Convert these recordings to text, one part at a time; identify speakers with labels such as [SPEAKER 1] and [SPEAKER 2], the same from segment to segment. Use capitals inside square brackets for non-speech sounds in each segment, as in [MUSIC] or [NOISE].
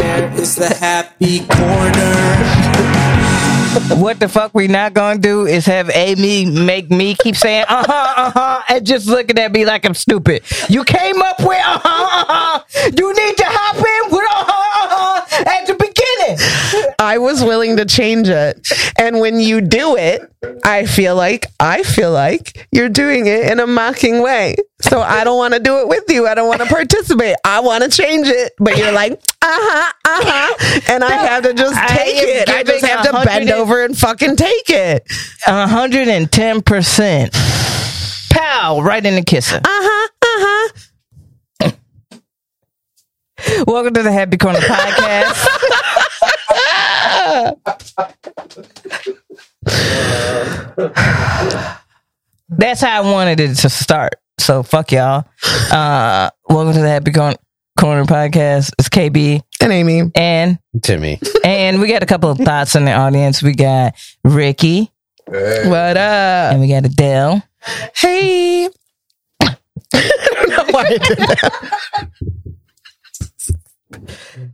[SPEAKER 1] the happy corner.
[SPEAKER 2] What the fuck we not gonna do is have Amy make me keep saying uh huh uh huh and just looking at me like I'm stupid. You came up with uh huh uh huh. You need to hop in with uh huh uh huh at the beginning.
[SPEAKER 3] I was willing to change it. And when you do it, I feel like I feel like you're doing it in a mocking way. So I don't want to do it with you. I don't want to participate. I want to change it, but you're like, uh-huh, uh-huh. And I have to just
[SPEAKER 2] I
[SPEAKER 3] take
[SPEAKER 2] am
[SPEAKER 3] it. I just
[SPEAKER 2] giving
[SPEAKER 3] have to
[SPEAKER 2] 100
[SPEAKER 3] bend over and fucking take it.
[SPEAKER 2] hundred and ten percent. Pow! Right in the kisser.
[SPEAKER 3] Uh-huh, uh-huh.
[SPEAKER 2] Welcome to the Happy Corner podcast. [LAUGHS] That's how I wanted it to start. So fuck y'all. Uh, welcome to the Happy Corn- Corner podcast. It's KB
[SPEAKER 3] And Amy.
[SPEAKER 2] and
[SPEAKER 1] Timmy.
[SPEAKER 2] and we got a couple of thoughts in the audience. We got Ricky
[SPEAKER 3] What
[SPEAKER 2] [LAUGHS]
[SPEAKER 3] up?
[SPEAKER 2] and we got Adele.
[SPEAKER 3] Hey. I don't know why I did that.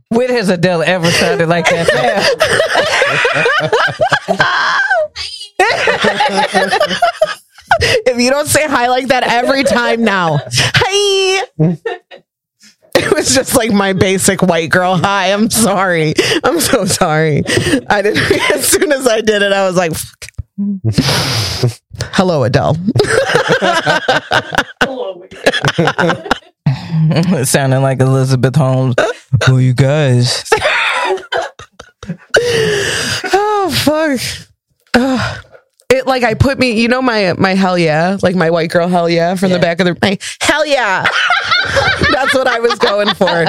[SPEAKER 2] When has Adele ever sounded like that? now?
[SPEAKER 3] If you don't say hi like that every time now, hi. It was just like my basic white girl. Hi, I'm sorry. I'm so sorry. I didn't. [LAUGHS] As soon as I did it, I was like, Fuck. "Hello, Adele."
[SPEAKER 2] [LAUGHS] sounding like Elizabeth Holmes. well, you guys.
[SPEAKER 3] Oh fuck. Ugh. It like I put me, you know my my hell yeah, like my white girl hell yeah from the back of the my hell yeah. [LAUGHS] That's what I was going for.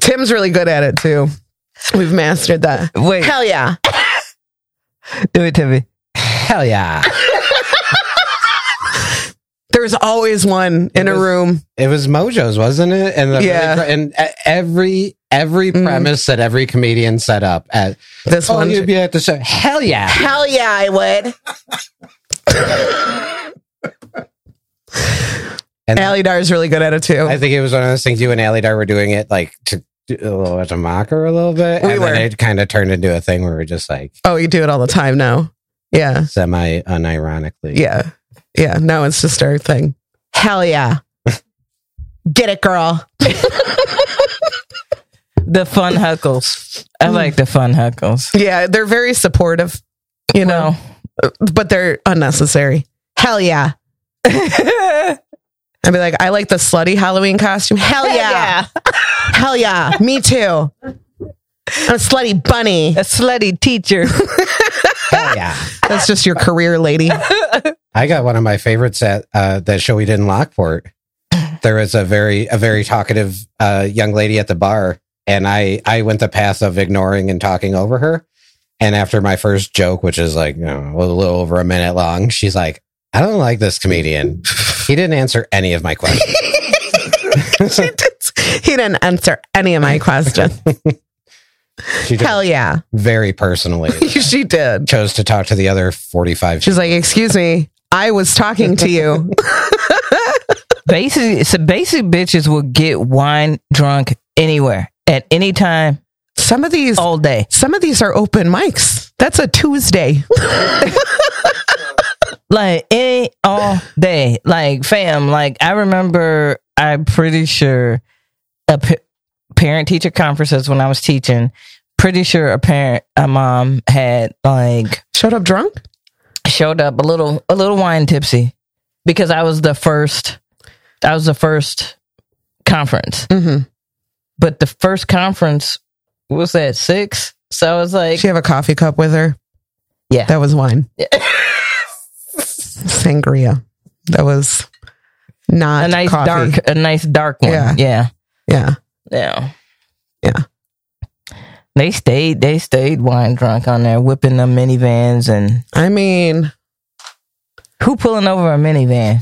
[SPEAKER 3] Tim's really good at it too. We've mastered that.
[SPEAKER 2] Wait.
[SPEAKER 3] hell yeah.
[SPEAKER 2] Do it, Timmy.
[SPEAKER 1] Hell yeah.
[SPEAKER 3] There's always one in a
[SPEAKER 1] was-
[SPEAKER 3] room.
[SPEAKER 1] It was Mojo's, wasn't it? And the
[SPEAKER 3] Yeah.
[SPEAKER 1] and e- every every premise that every comedian set up at
[SPEAKER 3] This
[SPEAKER 1] oh,
[SPEAKER 3] one.
[SPEAKER 1] you'd be at the show. Hell yeah.
[SPEAKER 3] Hell yeah, I would.
[SPEAKER 1] And
[SPEAKER 3] Allie Dar's really good at it too.
[SPEAKER 1] I think it was one of those things you and Allie Dar were doing it like to do a little as a mocker a little bit.
[SPEAKER 3] We
[SPEAKER 1] and
[SPEAKER 3] were.
[SPEAKER 1] then it kind of turned into a thing where we're just like
[SPEAKER 3] oh, you do it all the time now. Yeah.
[SPEAKER 1] semi unironically.
[SPEAKER 3] Yeah. Yeah. Now it's just our thing. Hell [LAUGHS] yeah. Get it, girl.
[SPEAKER 2] The fun huckles. I like the fun huckles.
[SPEAKER 3] Yeah, they're very supportive, you know, but they're unnecessary. Hell yeah.
[SPEAKER 2] [LAUGHS]
[SPEAKER 3] I'd be like, I like the slutty Halloween costume. Hell yeah. [LAUGHS] Hell yeah. Me too. I'm a slutty bunny.
[SPEAKER 2] A slutty teacher.
[SPEAKER 1] Hell yeah.
[SPEAKER 3] That's just your career, [LAUGHS] lady.
[SPEAKER 1] I got one of my favorites at uh, that show we did in Lockport. There was a very a very talkative uh, young lady at the bar, and I I went the path of ignoring and talking over her. And after my first joke, which is like you know, a little over a minute long, she's like, "I don't like this comedian. He didn't answer any of my questions."
[SPEAKER 3] he didn't answer any of [LAUGHS] my questions.
[SPEAKER 1] She took
[SPEAKER 3] Hell yeah.
[SPEAKER 1] very personally
[SPEAKER 3] [LAUGHS] She did.
[SPEAKER 1] chose to talk to the other forty five.
[SPEAKER 3] She's like, Excuse me, I was talking
[SPEAKER 2] [LAUGHS]
[SPEAKER 3] to you.
[SPEAKER 2] Basic so basic bitches will get wine drunk anywhere. At any time,
[SPEAKER 3] Some of these
[SPEAKER 2] all day.
[SPEAKER 3] some of these are open mics. That's
[SPEAKER 2] [LAUGHS]
[SPEAKER 3] a Tuesday.
[SPEAKER 2] Like any all day. Like fam, like I remember I'm pretty sure a parent teacher conferences when I was teaching, pretty sure a parent a mom had like
[SPEAKER 3] Showed up drunk?
[SPEAKER 2] showed up a little a little wine tipsy because I was the first I was the first conference.
[SPEAKER 3] Mm-hmm.
[SPEAKER 2] But the first conference was at six. So I was like
[SPEAKER 3] She have a coffee cup with her.
[SPEAKER 2] Yeah.
[SPEAKER 3] that was
[SPEAKER 2] [LAUGHS]
[SPEAKER 3] wine. Sangria. That was not
[SPEAKER 2] a nice
[SPEAKER 3] coffee.
[SPEAKER 2] dark a nice dark one.
[SPEAKER 3] Yeah.
[SPEAKER 2] Yeah. yeah.
[SPEAKER 3] Yeah,
[SPEAKER 2] Yeah.
[SPEAKER 3] Yeah.
[SPEAKER 2] They stayed they stayed wine drunk on there, whipping them minivans and
[SPEAKER 3] I mean,
[SPEAKER 2] who pulling over a minivan?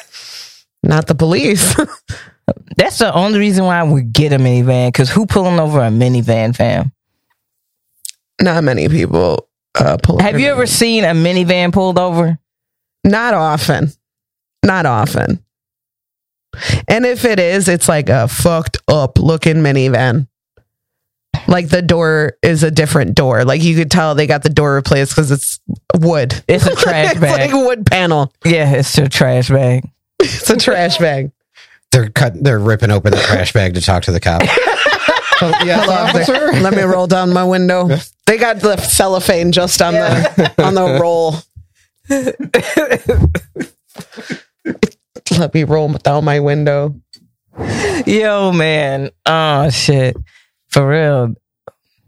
[SPEAKER 2] [LAUGHS]
[SPEAKER 3] not the police. [LAUGHS]
[SPEAKER 2] That's the only reason why I would get a minivan, because who pulling over a minivan, fam?
[SPEAKER 3] not many people uh, pull.
[SPEAKER 2] Have
[SPEAKER 3] over
[SPEAKER 2] you
[SPEAKER 3] me.
[SPEAKER 2] ever seen a minivan pulled over?
[SPEAKER 3] Not often. Not often. And if it is, it's like a fucked up looking minivan. Like the door is a different door. Like you could tell they got the door replaced because it's wood. [LAUGHS]
[SPEAKER 2] It's a trash
[SPEAKER 3] it's
[SPEAKER 2] bag.
[SPEAKER 3] like a wood panel.
[SPEAKER 2] yeah, it's a trash bag.
[SPEAKER 3] It's a trash bag.
[SPEAKER 1] They're cutting. They're ripping open the trash bag to talk to the cop. Oh, yes, officer.
[SPEAKER 3] Let me roll down my window. They got the cellophane just on the on the roll. Let me roll down my window. [CLEARS THROAT]
[SPEAKER 2] Yo, man. Oh shit. For real.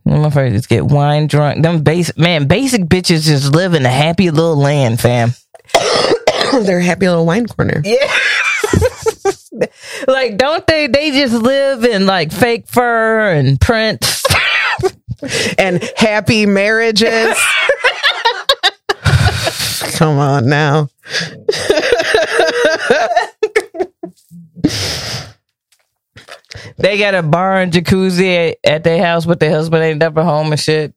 [SPEAKER 2] Motherfuckers just get wine drunk. Them basic man, basic bitches just live in a happy little land, fam.
[SPEAKER 3] They're happy little wine corner.
[SPEAKER 2] Yeah. like, don't they? They just live in like fake fur and prints. [LAUGHS]
[SPEAKER 3] and
[SPEAKER 2] [LAUGHS]
[SPEAKER 3] happy marriages. Come on now.
[SPEAKER 2] They got a bar and jacuzzi at, at their house, but their husband ain't never home and shit.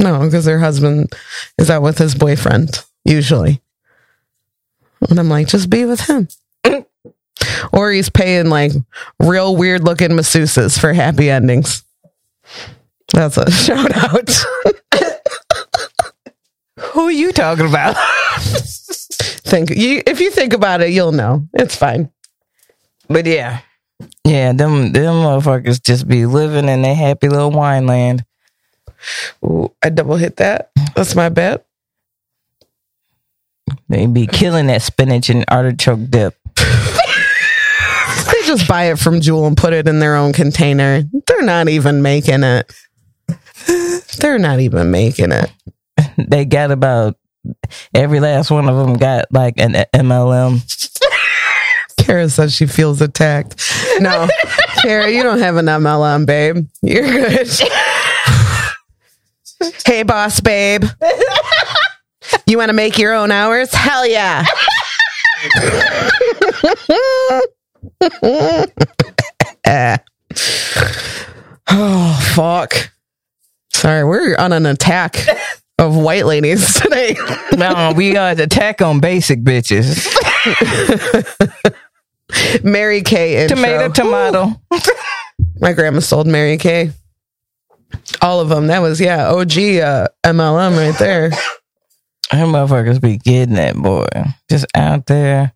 [SPEAKER 3] No, because her husband is out with his boyfriend, usually. And I'm like, just be with
[SPEAKER 2] [LAUGHS]
[SPEAKER 3] him. or he's paying like real weird looking masseuses for happy endings. That's a [LAUGHS] shout out.
[SPEAKER 2] [LAUGHS] Who you talking about?
[SPEAKER 3] think you if you think about it, you'll know. It's fine.
[SPEAKER 2] but yeah, yeah, them them motherfuckers just be living in their happy little wine land.
[SPEAKER 3] Ooh, I double hit that. That's my bet.
[SPEAKER 2] They be killing that spinach and artichoke dip.
[SPEAKER 3] They just buy it from Jewel and put it in their own container. They're not even making it. They're not even making it.
[SPEAKER 2] They got about every last one of them got like an MLM.
[SPEAKER 3] Kara says she feels attacked. No, Kara, you don't have an MLM, babe. You're good. hey, boss, babe. You want to make your own hours? Hell yeah. [LAUGHS] oh, fuck. Sorry, we're on an attack of white ladies [LAUGHS] today.
[SPEAKER 2] no, [LAUGHS] we got to attack on basic bitches.
[SPEAKER 3] Mary Kay intro.
[SPEAKER 2] Tomato, tomato.
[SPEAKER 3] My grandma sold Mary Kay. All of them. That was yeah, OG uh, MLM right there.
[SPEAKER 2] Her motherfuckers be getting that boy. Just out there.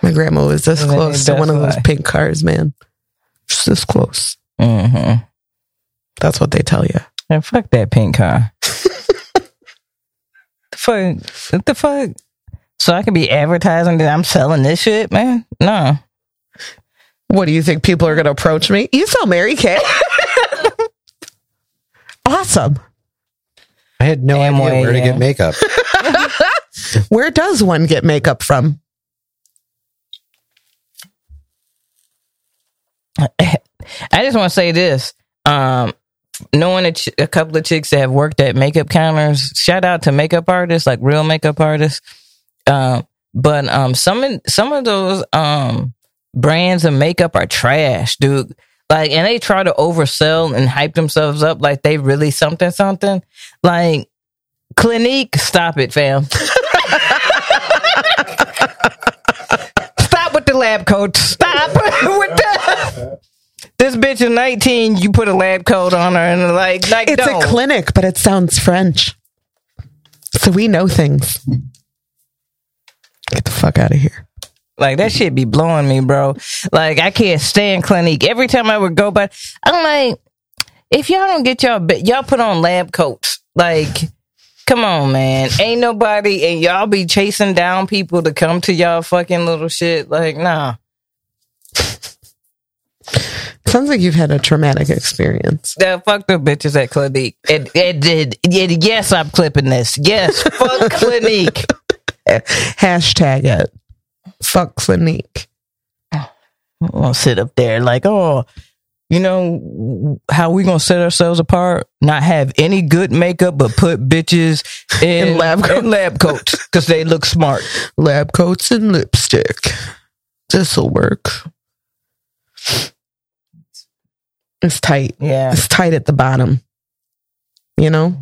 [SPEAKER 3] My grandma was this
[SPEAKER 2] Living
[SPEAKER 3] close to
[SPEAKER 2] your
[SPEAKER 3] one of
[SPEAKER 2] best
[SPEAKER 3] those
[SPEAKER 2] life.
[SPEAKER 3] pink cars, man. Just this close.
[SPEAKER 2] hmm
[SPEAKER 3] That's what they tell you.
[SPEAKER 2] And fuck that pink car. the fuck? What the fuck? So I can be advertising that I'm selling this shit, man? No.
[SPEAKER 3] What do you think people are going to approach me? You sell Mary Kay. [LAUGHS] awesome.
[SPEAKER 1] I had no
[SPEAKER 2] Damn
[SPEAKER 1] idea
[SPEAKER 2] way,
[SPEAKER 1] where to
[SPEAKER 2] yeah.
[SPEAKER 1] get makeup.
[SPEAKER 3] Where does one get makeup from?
[SPEAKER 2] I just want to say this. Um, knowing a, ch- a couple of chicks that have worked at makeup counters, shout out to makeup artists, like real makeup artists. Um, but um, some in- some of those um brands of makeup are trash, dude. Like, and they try to oversell and hype themselves up like they really something something. Like, Clinique, stop it, fam. [LAUGHS] stop with the lab coat. Stop [LAUGHS] with the. This bitch is 19. You put a lab coat on her and like, like
[SPEAKER 3] It's
[SPEAKER 2] don't.
[SPEAKER 3] a clinic, but it sounds French. So we know things. Get the fuck out of here.
[SPEAKER 2] Like that shit be blowing me, bro. Like I can't stand Clinique. Every time I would go by, I'm like, if y'all don't get y'all, ba- y'all put on lab coats. Like, come on, man. Ain't nobody, and y'all be chasing down people to come to y'all fucking little shit. Like, nah.
[SPEAKER 3] Sounds like you've had a traumatic experience.
[SPEAKER 2] Yeah, fuck the bitches at Clinique. And, and, and, and yes, I'm clipping this. Yes, fuck Clinique.
[SPEAKER 3] [LAUGHS] Hashtag it. Fuck Clinique.
[SPEAKER 2] I'm gonna sit up there like, oh, you know how we gonna set ourselves apart? Not have any good makeup, but put bitches in,
[SPEAKER 3] In lab coats.
[SPEAKER 2] in lab coats because they look
[SPEAKER 3] [LAUGHS]
[SPEAKER 2] smart.
[SPEAKER 3] Lab coats and lipstick. This'll work. It's tight.
[SPEAKER 2] Yeah,
[SPEAKER 3] It's tight at the bottom. You know?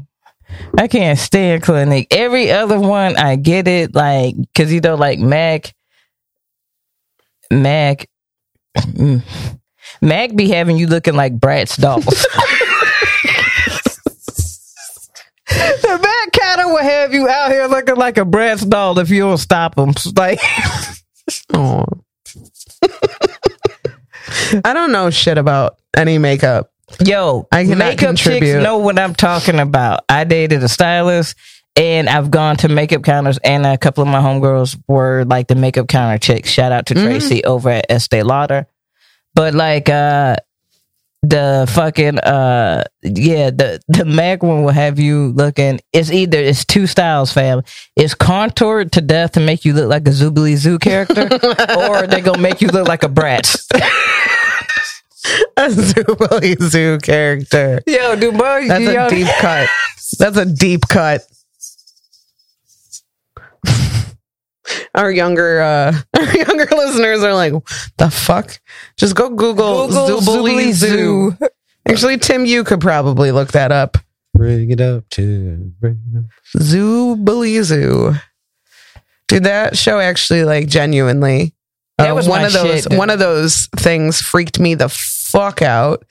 [SPEAKER 2] I can't stand Clinique. Every other one, I get it, like because you know, like Mac, Mac, mm, Mag be having you looking like Bratz dolls. [LAUGHS] that kind of will have you out here looking like a Bratz doll if you don't stop him. Like,
[SPEAKER 3] Aw. [LAUGHS] I don't know shit about any makeup. [LAUGHS]
[SPEAKER 2] yo,
[SPEAKER 3] I cannot
[SPEAKER 2] makeup
[SPEAKER 3] contribute.
[SPEAKER 2] chicks know what I'm talking about. I dated a stylist. And I've gone to makeup counters, and a couple of my homegirls were like the makeup counter chicks. Shout out to
[SPEAKER 3] Mhm.
[SPEAKER 2] Tracy over at Estee Lauder. But like, uh, the fucking uh yeah the the mac one will have you looking it's either it's two styles fam it's contoured to death to make you look like a zoobly zoo
[SPEAKER 3] [LAUGHS]
[SPEAKER 2] character or they gonna make you look like a brat
[SPEAKER 3] A Zubily Zoo character.
[SPEAKER 2] yo dude bro,
[SPEAKER 3] That's
[SPEAKER 2] yo,
[SPEAKER 3] a deep cut. That's a deep cut. [LAUGHS] Our younger uh, [LAUGHS] our younger listeners are like, the fuck? Just go Google,
[SPEAKER 2] Google
[SPEAKER 3] Zoobily
[SPEAKER 2] Zoobly
[SPEAKER 3] Zoo.
[SPEAKER 2] Zoo.
[SPEAKER 3] Actually, Tim, you could probably look that up.
[SPEAKER 1] Bring it up to. Bring it up.
[SPEAKER 3] Zoobily Zoo. Dude, that show actually like genuinely.
[SPEAKER 2] That
[SPEAKER 3] uh,
[SPEAKER 2] was
[SPEAKER 3] one
[SPEAKER 2] my
[SPEAKER 3] of those
[SPEAKER 2] shit, dude.
[SPEAKER 3] one of those things freaked me the fuck out.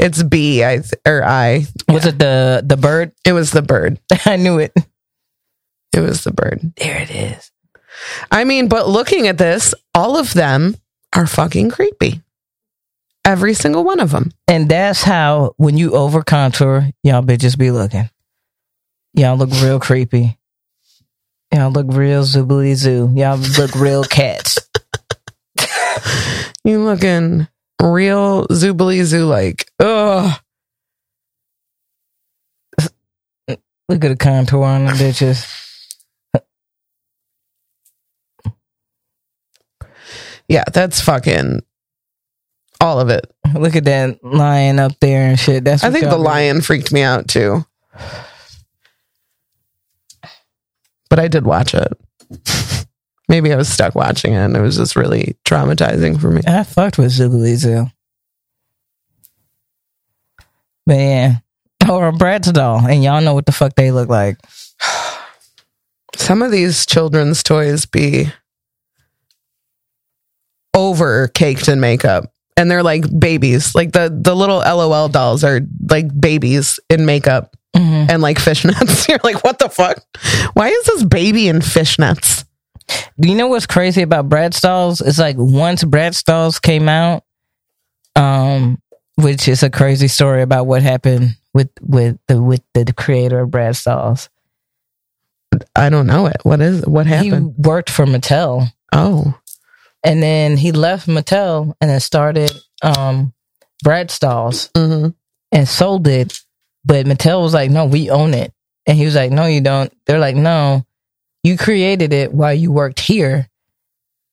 [SPEAKER 3] It's B I th- or I.
[SPEAKER 2] [LAUGHS] was it the the bird [LAUGHS]
[SPEAKER 3] It was the bird.
[SPEAKER 2] i knew it
[SPEAKER 3] It was the bird.
[SPEAKER 2] there it is
[SPEAKER 3] I mean, but looking at this, all of them are fucking creepy. Every single one of them.
[SPEAKER 2] and that's how when you over contour y'all bitches be looking y'all look real creepy y'all look real zoobly zoo y'all look real cats
[SPEAKER 3] You looking real zoobily zoo like. Ugh.
[SPEAKER 2] Look at the contour on them bitches.
[SPEAKER 3] Yeah, that's fucking all of it.
[SPEAKER 2] Look at that lion up there and shit. That's
[SPEAKER 3] I
[SPEAKER 2] what
[SPEAKER 3] think
[SPEAKER 2] y'all
[SPEAKER 3] the
[SPEAKER 2] be-
[SPEAKER 3] lion freaked me out too. But I did watch it. [LAUGHS] Maybe I was stuck watching it and it was just really traumatizing for me.
[SPEAKER 2] I fucked with Zoobly Zoo. But yeah. Or a Bratz doll. And y'all know what the fuck they look like.
[SPEAKER 3] Some of these children's toys be over caked in makeup and they're like babies. Like the the little LOL dolls are like babies in makeup
[SPEAKER 2] Mhm.
[SPEAKER 3] and like fishnets. [LAUGHS] You're like, what the fuck? Why is this baby in fishnets?
[SPEAKER 2] Do you know what's crazy about Brad Stalls? It's like once Brad Stalls came out, um, which is a crazy story about what happened with with the with the creator of Brad Stalls.
[SPEAKER 3] I don't know it. What is what
[SPEAKER 2] He
[SPEAKER 3] happened?
[SPEAKER 2] worked for Mattel.
[SPEAKER 3] oh.
[SPEAKER 2] and then he left Mattel and then started um Brad Stalls
[SPEAKER 3] Mm-hmm.
[SPEAKER 2] and sold it. But Mattel was like, "No, we own it," and he was like, "No, you don't." They're like, "No, you created it while you worked here.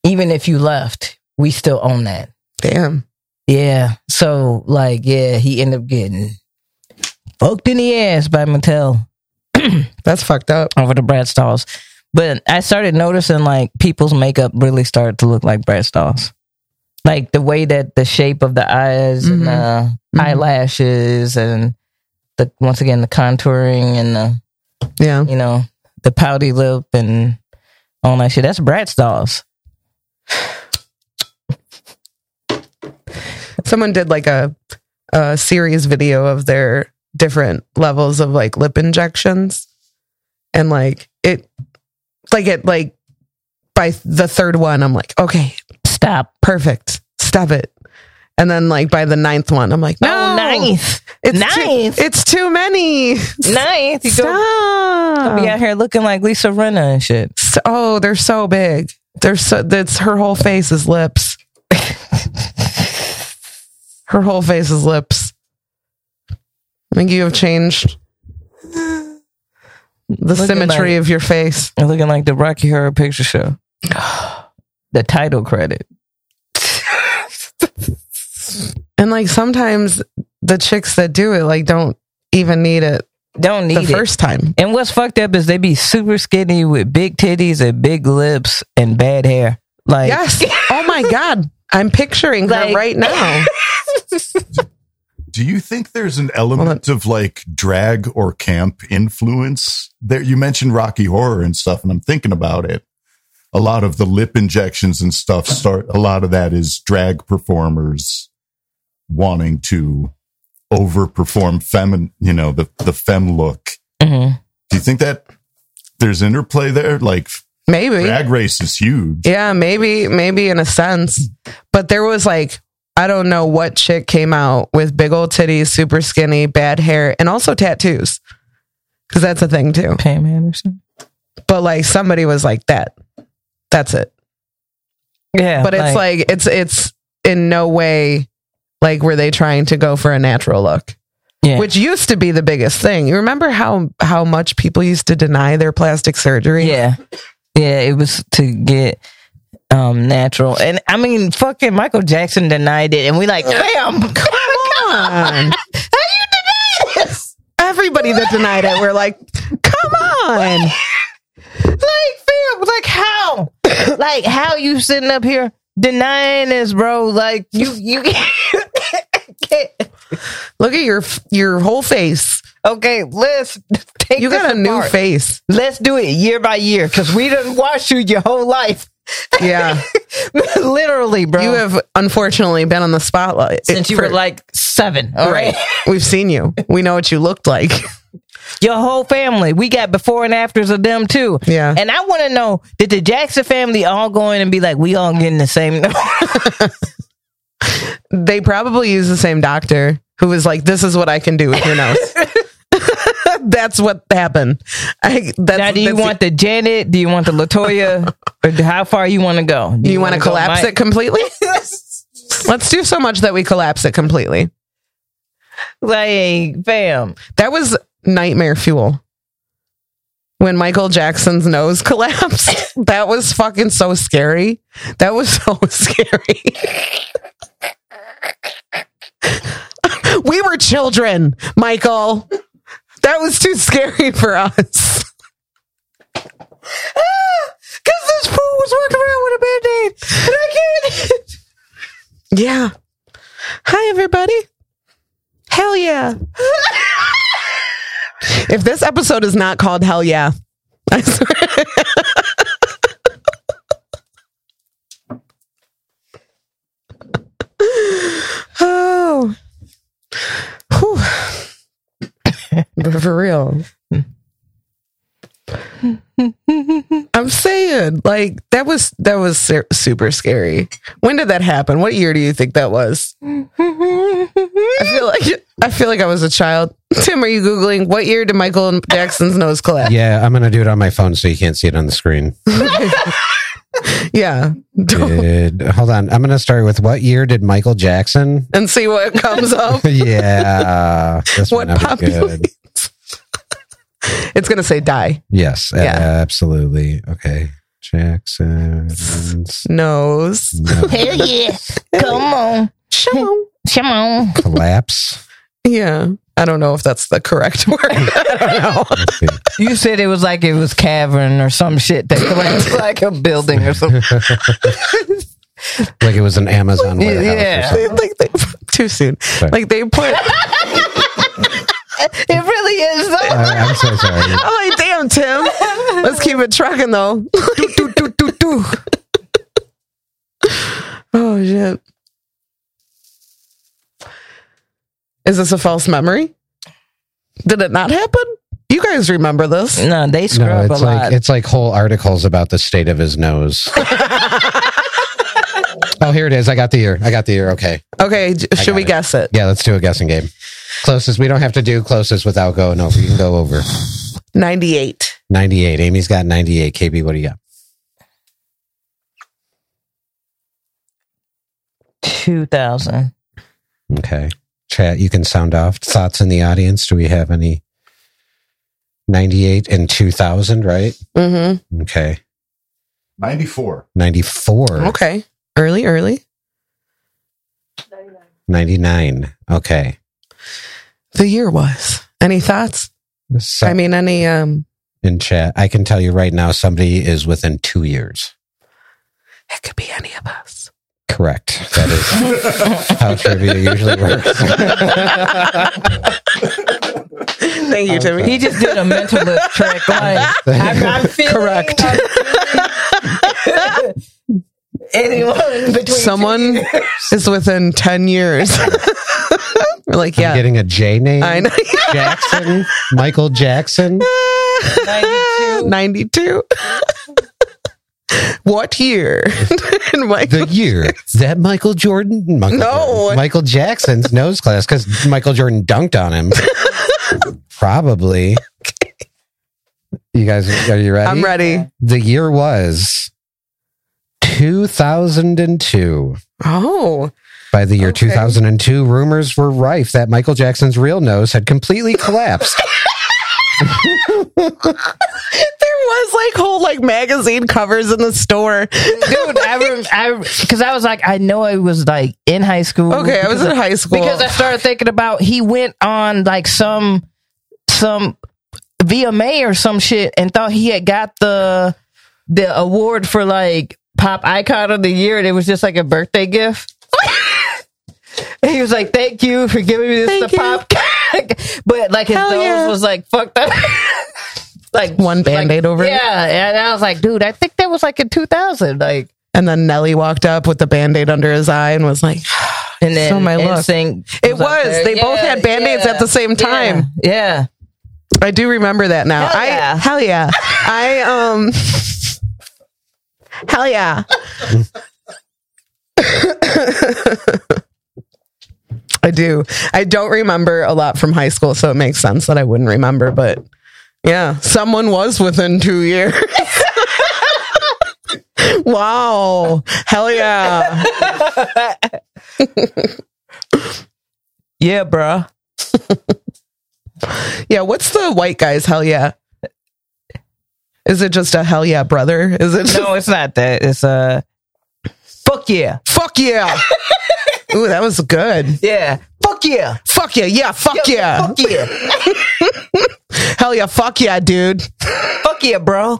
[SPEAKER 2] Even if you left, we still own that."
[SPEAKER 3] Damn.
[SPEAKER 2] Yeah. So like, yeah, he ended up getting fucked in the ass by Mattel.
[SPEAKER 3] That's fucked up.
[SPEAKER 2] over the Brad Stalls. But I started noticing like people's makeup really started to look like Brad Stalls. Like the way that the shape of the eyes and
[SPEAKER 3] Mhm.
[SPEAKER 2] uh,
[SPEAKER 3] Mhm.
[SPEAKER 2] eyelashes and the once again the contouring and the
[SPEAKER 3] Yeah.
[SPEAKER 2] you know the pouty lip and all that shit. That's Brad Stalls.
[SPEAKER 3] Someone did like a, a series video of their different levels of like lip injections. And like it, like it, like by the third one, I'm like, okay,
[SPEAKER 2] Stop.
[SPEAKER 3] perfect. Stop it. And then like by the ninth one, I'm like, no,
[SPEAKER 2] Oh, ninth,
[SPEAKER 3] It's
[SPEAKER 2] Ninth.
[SPEAKER 3] Too, it's too many. [LAUGHS]
[SPEAKER 2] ninth. You go
[SPEAKER 3] Stop.
[SPEAKER 2] be out here looking like Lisa Rinna and shit.
[SPEAKER 3] So- oh, they're so big. They're so that's her whole face is lips. [LAUGHS] her whole face is lips. I think you have changed the
[SPEAKER 2] Look at
[SPEAKER 3] symmetry
[SPEAKER 2] my-
[SPEAKER 3] of your face.
[SPEAKER 2] And looking like the Rocky Horror Picture
[SPEAKER 3] [GASPS]
[SPEAKER 2] Show. the title credit.
[SPEAKER 3] And like sometimes the chicks that do it like don't even need it
[SPEAKER 2] Don't need
[SPEAKER 3] the
[SPEAKER 2] it.
[SPEAKER 3] first time.
[SPEAKER 2] And what's fucked up is they be super skinny with big titties and big lips and bad hair. Like
[SPEAKER 3] Yes. oh my god. I'm picturing her
[SPEAKER 2] Like-
[SPEAKER 3] right now.
[SPEAKER 4] Do you think there's an element of like drag or camp influence there? You mentioned Rocky Horror and stuff, and I'm thinking about it. A lot of the lip injections and stuff start, a lot of that is drag performers wanting to overperform fem, you know, the, the fem look.
[SPEAKER 2] Mhm.
[SPEAKER 4] Do you think that there's interplay there? Like
[SPEAKER 3] Maybe.
[SPEAKER 4] drag race is huge.
[SPEAKER 3] Yeah, maybe, maybe in a sense. But there was like, I don't know what chick came out with big old titties, super skinny, bad hair, and also tattoos. Cause that's a thing too.
[SPEAKER 2] Pam Anderson.
[SPEAKER 3] But like somebody was like that. That's it.
[SPEAKER 2] Yeah,
[SPEAKER 3] But it's like it's it's in no way like were they trying to go for a natural look.
[SPEAKER 2] Yeah.
[SPEAKER 3] Which used to be the biggest thing. You remember how how much people used to deny their plastic surgery?
[SPEAKER 2] Yeah. Yeah, it was to get um natural. And I mean, fucking Michael Jackson denied it and we like, "Damn, come on. [LAUGHS]
[SPEAKER 3] Come on.
[SPEAKER 2] How you deny this?"
[SPEAKER 3] everybody that denied it were like, come on.
[SPEAKER 2] Like, fam, like how? like how you sitting up here denying this, bro? Like you you [LAUGHS] can't
[SPEAKER 3] Look at your your whole face.
[SPEAKER 2] Okay, let's take
[SPEAKER 3] You
[SPEAKER 2] this
[SPEAKER 3] got a new
[SPEAKER 2] apart.
[SPEAKER 3] face.
[SPEAKER 2] Let's do it year by year cuz we didn't watch you your whole life.
[SPEAKER 3] Yeah.
[SPEAKER 2] [LAUGHS] Literally, bro.
[SPEAKER 3] you have unfortunately been on the spotlight
[SPEAKER 2] since you
[SPEAKER 3] for-
[SPEAKER 2] were like 7. All right. [LAUGHS]
[SPEAKER 3] right. We've seen you. We know what you looked like.
[SPEAKER 2] your whole family. We got before and afters of them too.
[SPEAKER 3] Yeah.
[SPEAKER 2] And I want to know, did the Jackson family all go in and be like, we all getting the same? [LAUGHS]
[SPEAKER 3] They probably use the same doctor who was like, "This is what I can do with
[SPEAKER 2] [LAUGHS]
[SPEAKER 3] your nose." [LAUGHS] that's what happened. I, that's,
[SPEAKER 2] now, do you
[SPEAKER 3] that's-
[SPEAKER 2] want the Janet? Do you want the [LAUGHS] Latoya? or how far you want to go? Do
[SPEAKER 3] Do you want to
[SPEAKER 2] wanna go
[SPEAKER 3] collapse
[SPEAKER 2] Mike?
[SPEAKER 3] it completely? Let's do so much that we collapse it completely.
[SPEAKER 2] like, fam.
[SPEAKER 3] That was nightmare fuel. When Michael Jackson's nose [LAUGHS] collapsed, that was fucking so scary. That was so [LAUGHS] scary. we were children, Michael. That was too scary for us. Ah,
[SPEAKER 2] Because this fool was walking around with a band-aid. And I can't.
[SPEAKER 3] Yeah. Hi, everybody. Hell yeah. if this episode is not called Hell Yeah, I swear. oh. Whew. But for real. I'm saying, like that was that was ser- super scary. When did that happen? What year do you think that was? I feel like I feel like I was a child. Tim, are you googling what year did Michael Jackson's nose collapse?
[SPEAKER 1] Yeah, I'm gonna do it on my phone so you can't see it on
[SPEAKER 2] [LAUGHS]
[SPEAKER 1] the screen.
[SPEAKER 3] Yeah,
[SPEAKER 1] Did, hold on, I'm gonna start with what year did
[SPEAKER 2] [LAUGHS]
[SPEAKER 1] Michael Jackson?
[SPEAKER 3] [LAUGHS] and see what comes [LAUGHS] up.
[SPEAKER 1] yeah, this
[SPEAKER 3] What
[SPEAKER 1] might not be
[SPEAKER 2] [LAUGHS]
[SPEAKER 3] population?
[SPEAKER 1] good.
[SPEAKER 3] [LAUGHS] It's gonna say die
[SPEAKER 1] Yes,
[SPEAKER 3] Yeah.
[SPEAKER 1] absolutely. Okay,
[SPEAKER 2] [LAUGHS]
[SPEAKER 1] Jackson's
[SPEAKER 3] nose.
[SPEAKER 1] no,
[SPEAKER 2] Hell yeah. [LAUGHS] Come on.
[SPEAKER 3] Shalom.
[SPEAKER 2] Come on.
[SPEAKER 1] collapse.
[SPEAKER 3] Yeah, I don't know if that's the correct [LAUGHS] word. I don't know.
[SPEAKER 1] Let's see.
[SPEAKER 2] You said it was like it was cavern or some shit that collapsed [LAUGHS] like a building or
[SPEAKER 1] [LAUGHS]
[SPEAKER 2] something.
[SPEAKER 1] like it was an Amazon warehouse.
[SPEAKER 2] Yeah.
[SPEAKER 1] Or
[SPEAKER 3] [LAUGHS]
[SPEAKER 1] something.
[SPEAKER 2] [LAUGHS]
[SPEAKER 3] They- like they, too soon. Like they [LAUGHS] put.
[SPEAKER 2] It really is. though.
[SPEAKER 1] Uh, I'm so sorry.
[SPEAKER 3] I'm like, damn, Tim. Let's keep it trucking though. oh shit. Is this a false memory? Did it not happen? You guys remember this?
[SPEAKER 2] No, they screw
[SPEAKER 1] No,
[SPEAKER 2] up a
[SPEAKER 1] it's like
[SPEAKER 2] lot.
[SPEAKER 1] it's like whole articles about the state of
[SPEAKER 2] [LAUGHS]
[SPEAKER 1] his nose. oh, here it is. I got the year. I got the year. Okay.
[SPEAKER 3] Okay, j- should
[SPEAKER 1] got
[SPEAKER 3] we
[SPEAKER 1] it.
[SPEAKER 3] guess it?
[SPEAKER 1] Yeah, let's do a guessing game. Closest. We don't have to do closest without going over. You can go over.
[SPEAKER 3] 98.
[SPEAKER 1] 98. Amy's got 98. KB, what do you got?
[SPEAKER 2] 2000.
[SPEAKER 1] Okay. Chat, you can sound off. Thoughts in the audience? Do we have any? 98 and 2000, right?
[SPEAKER 3] Mm-hmm.
[SPEAKER 1] Okay.
[SPEAKER 4] 94.
[SPEAKER 1] 94.
[SPEAKER 3] Okay. Early, early.
[SPEAKER 1] 99. Okay.
[SPEAKER 3] The year was. Any thoughts?
[SPEAKER 1] So
[SPEAKER 3] I mean, any um
[SPEAKER 1] in chat, I can tell you right now somebody is within two years.
[SPEAKER 3] it could be any of us.
[SPEAKER 1] Correct. That is
[SPEAKER 3] [LAUGHS]
[SPEAKER 1] how trivia usually works.
[SPEAKER 3] Thank you, Timmy.
[SPEAKER 2] He just did a mental look
[SPEAKER 3] [LAUGHS]
[SPEAKER 2] trick. Like, I'm, I'm feeling
[SPEAKER 3] Correct. [LAUGHS]
[SPEAKER 2] anyone between [LAUGHS]
[SPEAKER 3] [LAUGHS] Someone is within 10 years. We're like,
[SPEAKER 1] I'm
[SPEAKER 3] yeah,
[SPEAKER 1] getting a J name.
[SPEAKER 3] I know.
[SPEAKER 1] Jackson,
[SPEAKER 3] [LAUGHS]
[SPEAKER 1] Michael Jackson.
[SPEAKER 2] 92.
[SPEAKER 3] 92. [LAUGHS] what year? [LAUGHS] and Michael, [LAUGHS]
[SPEAKER 1] The year that Michael Jordan, Michael,
[SPEAKER 3] No.
[SPEAKER 1] Jordan- Michael Jackson's nose class because Michael Jordan dunked
[SPEAKER 3] [LAUGHS]
[SPEAKER 1] on him. Probably. You guys, are you ready?
[SPEAKER 3] I'm ready.
[SPEAKER 1] The year was 2002.
[SPEAKER 3] Oh,
[SPEAKER 1] By the year
[SPEAKER 3] Okay.
[SPEAKER 1] 2002, rumors were rife that Michael Jackson's real nose had completely
[SPEAKER 3] [LAUGHS]
[SPEAKER 1] collapsed.
[SPEAKER 3] there was like whole like magazine covers in the store.
[SPEAKER 2] Dude, I because I, was like, I know I was like in high school.
[SPEAKER 3] [LAUGHS] Okay, I was in high school.
[SPEAKER 2] because I started thinking about he went on like some some VMA or some shit and thought he had got the the award for like pop icon of the year and it was just like a birthday
[SPEAKER 3] [LAUGHS]
[SPEAKER 2] gift. And he was like, "Thank you for giving me this
[SPEAKER 3] Thank
[SPEAKER 2] to pop," [LAUGHS] but like his
[SPEAKER 3] Hell
[SPEAKER 2] nose
[SPEAKER 3] yeah.
[SPEAKER 2] was like fucked up. [LAUGHS] like
[SPEAKER 3] One Band-Aid over it?
[SPEAKER 2] yeah, and I was like, "Dude, I think that was like in 2000." Like,
[SPEAKER 3] and then Nelly walked up with the band aid under his eye and was like,
[SPEAKER 2] and then
[SPEAKER 3] So my look.
[SPEAKER 2] NSYNC
[SPEAKER 3] It
[SPEAKER 2] out
[SPEAKER 3] was.
[SPEAKER 2] there.
[SPEAKER 3] They both had Band-Aids at the same
[SPEAKER 2] yeah,
[SPEAKER 3] time.
[SPEAKER 2] yeah.
[SPEAKER 3] I do remember that now.
[SPEAKER 2] Hell
[SPEAKER 3] I
[SPEAKER 2] yeah. [LAUGHS]
[SPEAKER 3] hell yeah. I um hell yeah. [COUGHS] I do. I don't remember a lot from high school, so it makes sense that I wouldn't remember, but yeah, someone was within two years. [LAUGHS] wow. Hell yeah.
[SPEAKER 2] Yeah, bruh.
[SPEAKER 3] Yeah, what's the white guy's hell yeah? Is it just a hell yeah brother? Is it
[SPEAKER 2] [LAUGHS]
[SPEAKER 3] just
[SPEAKER 2] No, it's not that. It's uh Fuck yeah. [LAUGHS]
[SPEAKER 3] Fuck yeah. Ooh, that was good.
[SPEAKER 2] Yeah. Fuck yeah.
[SPEAKER 3] Fuck yeah. Yeah. Fuck yeah.
[SPEAKER 2] Fuck yeah.
[SPEAKER 3] Hell yeah. Fuck yeah, dude.
[SPEAKER 2] Fuck yeah, bro.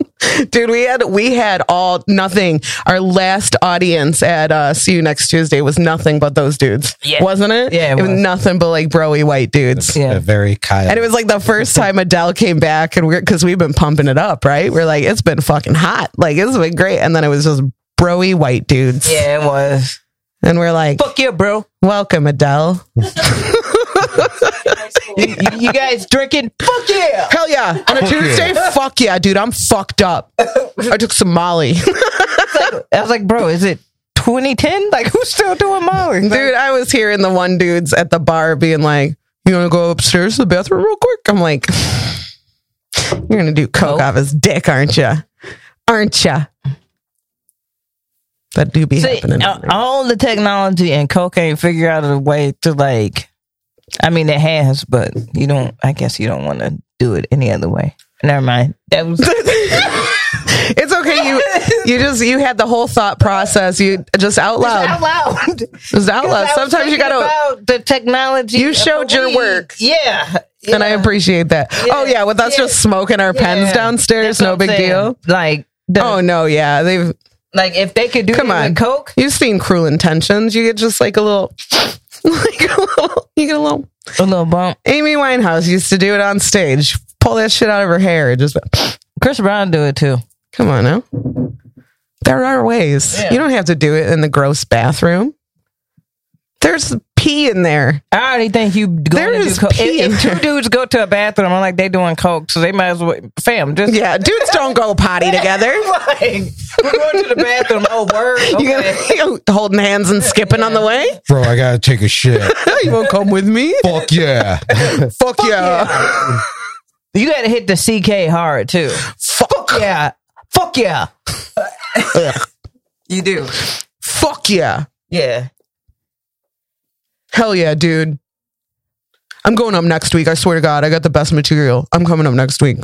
[SPEAKER 3] Dude, we had, we had all nothing. Our last audience at, uh, see you next Tuesday was nothing but those dudes.
[SPEAKER 2] Yeah.
[SPEAKER 3] Wasn't it?
[SPEAKER 2] Yeah, it
[SPEAKER 3] It was
[SPEAKER 2] was.
[SPEAKER 3] nothing but like broy white dudes.
[SPEAKER 1] A
[SPEAKER 2] Yeah.
[SPEAKER 1] very Kyle.
[SPEAKER 3] And it was like
[SPEAKER 2] [LAUGHS]
[SPEAKER 3] the first time Adele came back and we're, cause we've been pumping it up, right? We're like, it's been fucking hot. Like, it's been great. And then it was just broy white dudes.
[SPEAKER 2] Yeah, it was.
[SPEAKER 3] And we're like,
[SPEAKER 2] Fuck yeah, bro.
[SPEAKER 3] welcome, Adele.
[SPEAKER 2] You, you- you guys drinking? Fuck yeah.
[SPEAKER 3] Hell yeah. On a Tuesday? Fuck yeah, dude. I'm fucked up. I took some Molly. [LAUGHS] dude,
[SPEAKER 2] I was like, bro, is it 2010? Like, who's still doing Molly? Like,
[SPEAKER 3] I was hearing the one dudes at the bar being like, You wanna go upstairs to the bathroom real quick? I'm like, You're gonna do coke
[SPEAKER 2] Nope.
[SPEAKER 3] off his dick, aren't ya? Aren't ya? That do be
[SPEAKER 2] see,
[SPEAKER 3] happening.
[SPEAKER 2] uh, all the technology and cocaine figure out a way to, like, I mean, it has, but you don't, I guess you don't want to do it any other way. Never mind. That
[SPEAKER 3] [LAUGHS]
[SPEAKER 2] was.
[SPEAKER 3] it's okay. You you just you had the whole thought process. You just out
[SPEAKER 2] out
[SPEAKER 3] loud.
[SPEAKER 2] loud.
[SPEAKER 3] Just out loud.
[SPEAKER 2] I was
[SPEAKER 3] Sometimes you
[SPEAKER 2] thinking
[SPEAKER 3] gotta
[SPEAKER 2] about the technology.
[SPEAKER 3] You
[SPEAKER 2] of
[SPEAKER 3] showed your
[SPEAKER 2] weed.
[SPEAKER 3] work.
[SPEAKER 2] Yeah.
[SPEAKER 3] and I
[SPEAKER 2] Yeah.
[SPEAKER 3] appreciate that. Oh yeah, with us
[SPEAKER 2] yeah.
[SPEAKER 3] just smoking our pens
[SPEAKER 2] Yeah.
[SPEAKER 3] downstairs,
[SPEAKER 2] That's what
[SPEAKER 3] no
[SPEAKER 2] I'm
[SPEAKER 3] big
[SPEAKER 2] saying.
[SPEAKER 3] deal.
[SPEAKER 2] Like the,
[SPEAKER 3] Oh no, yeah, they've
[SPEAKER 2] like if they could do
[SPEAKER 3] Come
[SPEAKER 2] it
[SPEAKER 3] on.
[SPEAKER 2] with coke.
[SPEAKER 3] you've seen Cruel Intentions. You get just like a little, [LAUGHS] like a little, you get a little.
[SPEAKER 2] A little bump.
[SPEAKER 3] Amy Winehouse used to do it on stage. Pull that shit out of her hair. It Just
[SPEAKER 2] Chris Brown do it too.
[SPEAKER 3] come on now. There are ways.
[SPEAKER 2] Yeah.
[SPEAKER 3] You don't have to do it in the gross bathroom. There's pee in there.
[SPEAKER 2] I already think you going
[SPEAKER 3] There
[SPEAKER 2] to do
[SPEAKER 3] is
[SPEAKER 2] coke.
[SPEAKER 3] pee in
[SPEAKER 2] If, if
[SPEAKER 3] there.
[SPEAKER 2] two dudes go to a bathroom, I'm like they doing coke, so they might as well. Fam, just
[SPEAKER 3] Yeah, dudes don't go potty [LAUGHS] together.
[SPEAKER 2] [LAUGHS] like we're going to the bathroom. Oh [LAUGHS] word. Okay.
[SPEAKER 3] You gotta, you [LAUGHS] holding hands and skipping on the way.
[SPEAKER 1] Bro, I gotta take
[SPEAKER 3] [LAUGHS]
[SPEAKER 1] a shit.
[SPEAKER 3] You won't come with me?
[SPEAKER 1] Fuck yeah.
[SPEAKER 3] Fuck, yeah.
[SPEAKER 2] You gotta hit the CK hard too.
[SPEAKER 3] Fuck yeah.
[SPEAKER 2] Yeah. Fuck yeah. [LAUGHS] you do.
[SPEAKER 3] Fuck yeah.
[SPEAKER 2] Yeah.
[SPEAKER 3] Hell yeah, dude. I'm going up next week. I swear to God, I got the best material. I'm coming up next week.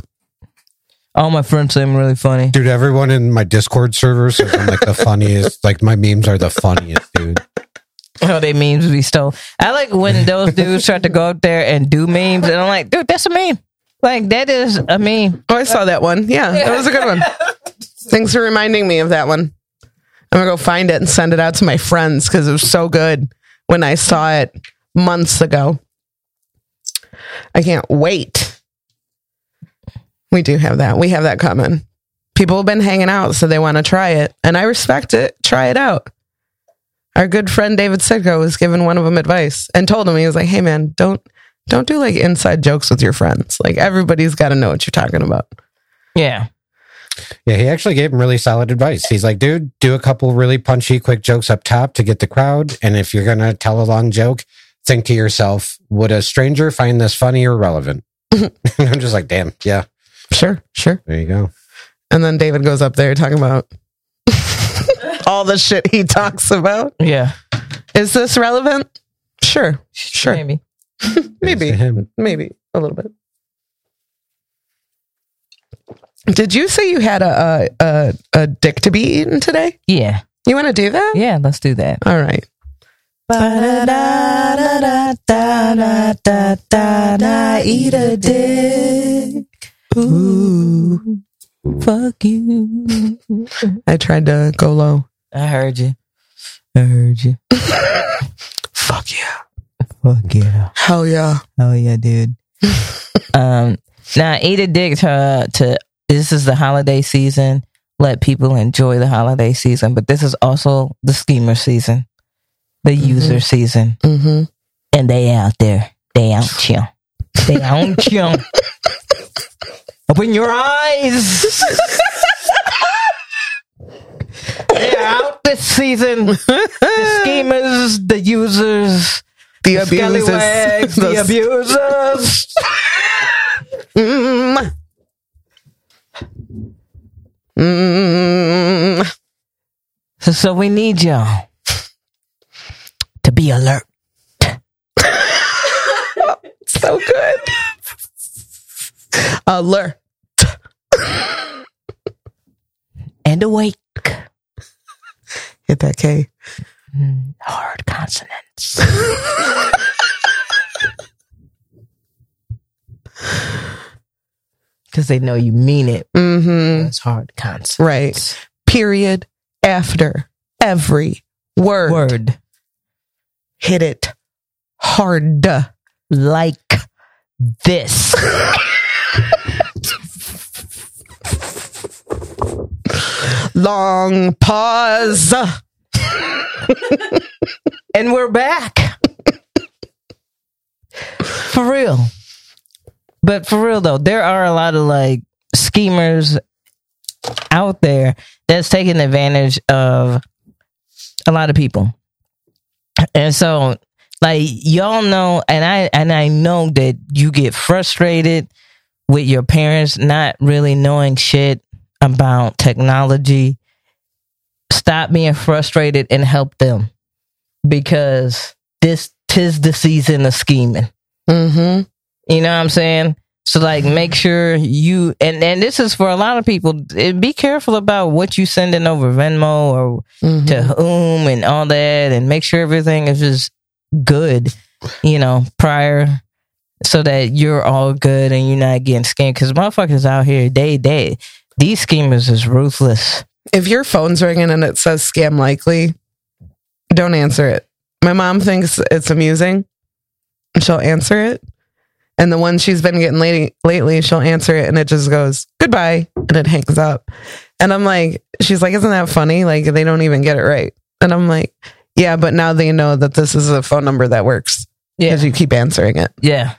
[SPEAKER 2] All my friends seem really funny.
[SPEAKER 1] Dude, everyone in my Discord server says I'm like the funniest. Like my memes are the funniest, dude.
[SPEAKER 2] Oh, they memes be stole. I like when those dudes start to go up there and do memes, and I'm like, dude, that's a meme. Like that is a meme.
[SPEAKER 3] Oh, I saw that one. Yeah, that was a good one. Thanks for reminding me of that one. I'm gonna go find it and send it out to my friends because it was so good when I saw it months ago. I can't wait. We do have that. We have that coming. People have been hanging out, so they want to try it, and I respect it. Try it out. our good friend David Sidko was giving one of them advice and told him he was like, "Hey man, don't don't do like inside jokes with your friends. Like everybody's got to know what you're talking about."
[SPEAKER 2] Yeah.
[SPEAKER 1] Yeah, he actually gave him really solid advice. He's like, dude, do a couple really punchy, quick jokes up top to get the crowd. And if you're going to tell a long joke, think to yourself, would a stranger find this funny or
[SPEAKER 3] [LAUGHS]
[SPEAKER 1] relevant? [LAUGHS] and I'm just like, damn, yeah,
[SPEAKER 3] Sure, sure.
[SPEAKER 1] there you go.
[SPEAKER 3] And then David goes up there talking [LAUGHS] about all the shit he talks about.
[SPEAKER 2] Yeah.
[SPEAKER 3] Is this relevant? Sure, sure.
[SPEAKER 2] Maybe.
[SPEAKER 3] Maybe.
[SPEAKER 1] Thanks to him.
[SPEAKER 3] maybe a little bit. Did you say you had a a, a, a dick to be eaten today?
[SPEAKER 2] Yeah.
[SPEAKER 3] You want to do that?
[SPEAKER 2] Yeah. Let's do that.
[SPEAKER 3] All right.
[SPEAKER 2] Eat a dick. Ooh. Fuck you.
[SPEAKER 3] I tried to go low.
[SPEAKER 2] I heard you. I heard you.
[SPEAKER 3] Fuck yeah.
[SPEAKER 2] Fuck yeah.
[SPEAKER 3] Hell yeah.
[SPEAKER 2] Oh yeah, dude. [LAUGHS] um, now eat a dick to, to this is the holiday season. Let people enjoy the holiday season, but this is also the schemer season, the user season,
[SPEAKER 3] Mm-hmm.
[SPEAKER 2] and they out there, they out chill, they out chill. Open your eyes. They're out this season. The schemers, the users,
[SPEAKER 3] The
[SPEAKER 2] the
[SPEAKER 3] abuse
[SPEAKER 2] scallywags,
[SPEAKER 3] [LAUGHS] is
[SPEAKER 2] the abusers.
[SPEAKER 3] Mm. Mm.
[SPEAKER 2] So, so we need y'all to be alert.
[SPEAKER 3] So
[SPEAKER 2] [LAUGHS]
[SPEAKER 3] good. Alert.
[SPEAKER 2] and awake.
[SPEAKER 3] Hit that K.
[SPEAKER 2] Hard consonants. [LAUGHS] Because they know you mean it.
[SPEAKER 3] Mm-hmm.
[SPEAKER 2] It's hard consonants.
[SPEAKER 3] Right. Period after every word.
[SPEAKER 2] Word.
[SPEAKER 3] Hit it hard.
[SPEAKER 2] Like this.
[SPEAKER 3] Long pause.
[SPEAKER 2] and we're back. [LAUGHS] for real. But for real though, there are a lot of like schemers out there that's taking advantage of a lot of people. And so like y'all know and I and I know that you get frustrated with your parents not really knowing shit about technology. Stop being frustrated and help them because this tis the season of scheming.
[SPEAKER 3] Mm-hmm.
[SPEAKER 2] You know what I'm saying? So like make sure you and and this is for a lot of people. eh, Be careful about what you sending over Venmo or
[SPEAKER 3] Mm-hmm.
[SPEAKER 2] to whom and all that, and make sure everything is just good. You know, prior so that you're all good and you're not getting scammed. Because motherfuckers out here, they they these schemers is ruthless.
[SPEAKER 3] If your phone's ringing and it says scam likely, don't answer it. My mom thinks it's amusing. She'll answer it. And the one she's been getting late, lately, she'll answer it and it just goes, goodbye. And it hangs up. And I'm like, she's like, isn't that funny? Like, they don't even get it right. And I'm like, yeah, but now they know that this is a phone number that works
[SPEAKER 2] Yeah,
[SPEAKER 3] because you keep answering it.
[SPEAKER 2] yeah,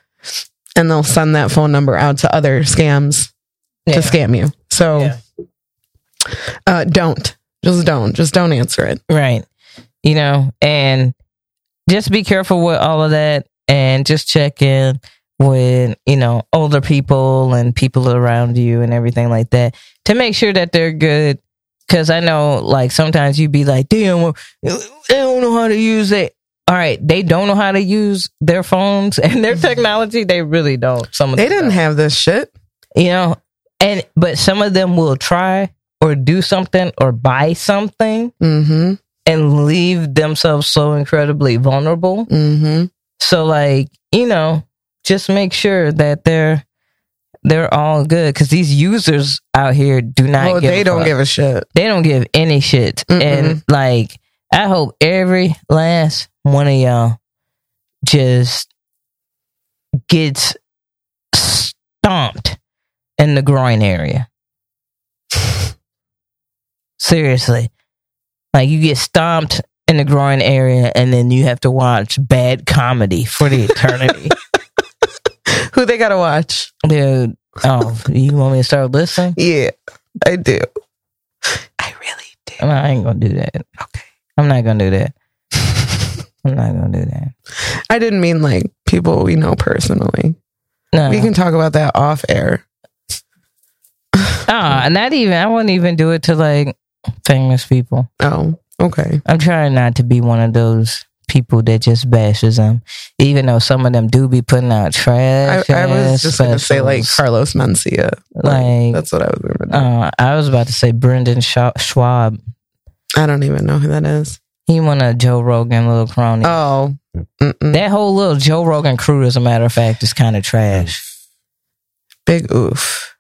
[SPEAKER 3] and they'll send that phone number out to other scams
[SPEAKER 2] yeah.
[SPEAKER 3] to scam you. So
[SPEAKER 2] Yeah.
[SPEAKER 3] uh, don't. Just don't. Just don't answer it.
[SPEAKER 2] Right. You know, and just be careful with all of that and just check in with, you know, older people and people around you and everything like that to make sure that they're good. Cause I know like sometimes you'd be like, damn, well, they don't know how to use it. All right. They don't know how to use their phones [LAUGHS] and their technology. They really don't. Some of
[SPEAKER 3] They
[SPEAKER 2] them
[SPEAKER 3] didn't
[SPEAKER 2] don't
[SPEAKER 3] have this shit.
[SPEAKER 2] you know and but some of them will try or do something or buy something
[SPEAKER 3] Mm
[SPEAKER 2] and leave themselves so incredibly vulnerable
[SPEAKER 3] hmm. Mm
[SPEAKER 2] so like you know just make sure that they're they're all good because these users out here do
[SPEAKER 3] hmm.
[SPEAKER 2] not
[SPEAKER 3] Oh,
[SPEAKER 2] give
[SPEAKER 3] they
[SPEAKER 2] a
[SPEAKER 3] don't
[SPEAKER 2] fuck.
[SPEAKER 3] give a shit.
[SPEAKER 2] they don't give any shit
[SPEAKER 3] Mm-mm.
[SPEAKER 2] and like i hope every last one of y'all just gets stomped in the groin area [SIGHS] seriously like you get stomped in the groin area, and then you have to watch bad comedy for the eternity.
[SPEAKER 3] Who they gotta watch?
[SPEAKER 2] Dude, oh, you want me to start listening?
[SPEAKER 3] Yeah, I do. I really do.
[SPEAKER 2] No, I ain't gonna do that.
[SPEAKER 3] Okay.
[SPEAKER 2] I'm not gonna do
[SPEAKER 3] [LAUGHS]
[SPEAKER 2] that. I'm not gonna do that.
[SPEAKER 3] I didn't mean like people we know personally.
[SPEAKER 2] No,
[SPEAKER 3] We can talk about that off air.
[SPEAKER 2] Ah, not even. I wouldn't even do it to like famous people.
[SPEAKER 3] Oh, okay.
[SPEAKER 2] I'm trying not to be one of those people that just bashes them, even though some of them do be putting out
[SPEAKER 3] I,
[SPEAKER 2] trash.
[SPEAKER 3] I was just gonna say like
[SPEAKER 2] specials.
[SPEAKER 3] Carlos Mencia.
[SPEAKER 2] Like-
[SPEAKER 3] that's what I was gonna do.
[SPEAKER 2] Uh, I was about to say Brendan Scha- Schwab.
[SPEAKER 3] I don't even know who that is.
[SPEAKER 2] He won a Joe Rogan little crony.
[SPEAKER 3] Oh, mm-mm.
[SPEAKER 2] that whole little Joe Rogan crew, as a matter of fact, is kind of trash.
[SPEAKER 3] big oof.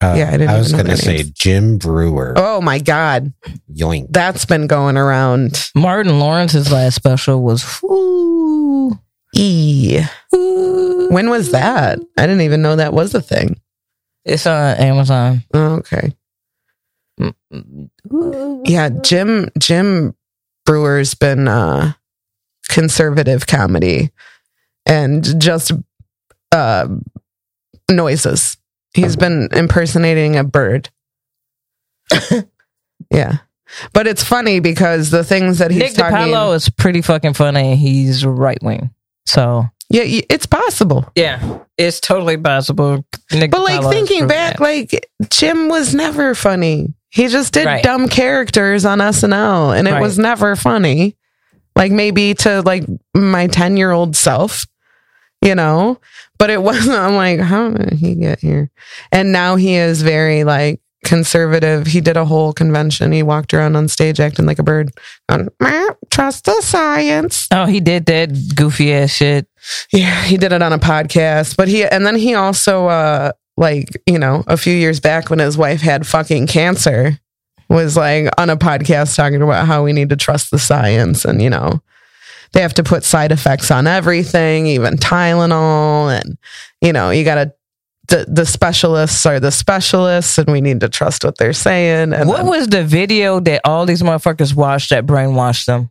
[SPEAKER 1] Uh,
[SPEAKER 3] Yeah, I didn't
[SPEAKER 1] I was
[SPEAKER 3] even know
[SPEAKER 1] going to
[SPEAKER 3] their
[SPEAKER 1] say
[SPEAKER 3] names.
[SPEAKER 1] Jim Brewer.
[SPEAKER 3] Oh my god,
[SPEAKER 1] Yoink.
[SPEAKER 3] that's been going around.
[SPEAKER 2] Martin Lawrence's last special was whoo.
[SPEAKER 3] E. When was that? I didn't even know that was a thing.
[SPEAKER 2] It's on Amazon.
[SPEAKER 3] Oh, okay. Yeah, Jim Jim Brewer's been uh conservative comedy and just uh noises. He's been impersonating
[SPEAKER 2] [LAUGHS]
[SPEAKER 3] a bird. yeah. But it's funny because the things that he's
[SPEAKER 2] Nick
[SPEAKER 3] talking
[SPEAKER 2] DiPaolo is pretty fucking funny. He's right wing. So
[SPEAKER 3] Yeah, y- it's possible.
[SPEAKER 2] yeah, it's totally possible. Nick
[SPEAKER 3] But like
[SPEAKER 2] DiPaolo is
[SPEAKER 3] thinking
[SPEAKER 2] proven
[SPEAKER 3] back,
[SPEAKER 2] that.
[SPEAKER 3] like Jim was never funny. He just did
[SPEAKER 2] Right.
[SPEAKER 3] dumb characters on SNL and it
[SPEAKER 2] Right.
[SPEAKER 3] was never funny. Like maybe to like my 10 year old self, you know, but it [LAUGHS] wasn't. I'm like, how did he get here? And now he is very like conservative. He did a whole convention. He walked around on stage acting like a bird. Going, "Meh, Trust the science.
[SPEAKER 2] oh, he did that goofy ass shit.
[SPEAKER 3] Yeah, he did it on a podcast, but he and then he also uh like, you know, a few years back when his wife had fucking cancer was like on a podcast talking about how we need to trust the science and you know, they have to put side effects on everything, even Tylenol and you know, you got to the, the specialists are the specialists and we need to trust what they're saying and
[SPEAKER 2] what
[SPEAKER 3] then-
[SPEAKER 2] was the video that all these motherfuckers watched that brainwashed them?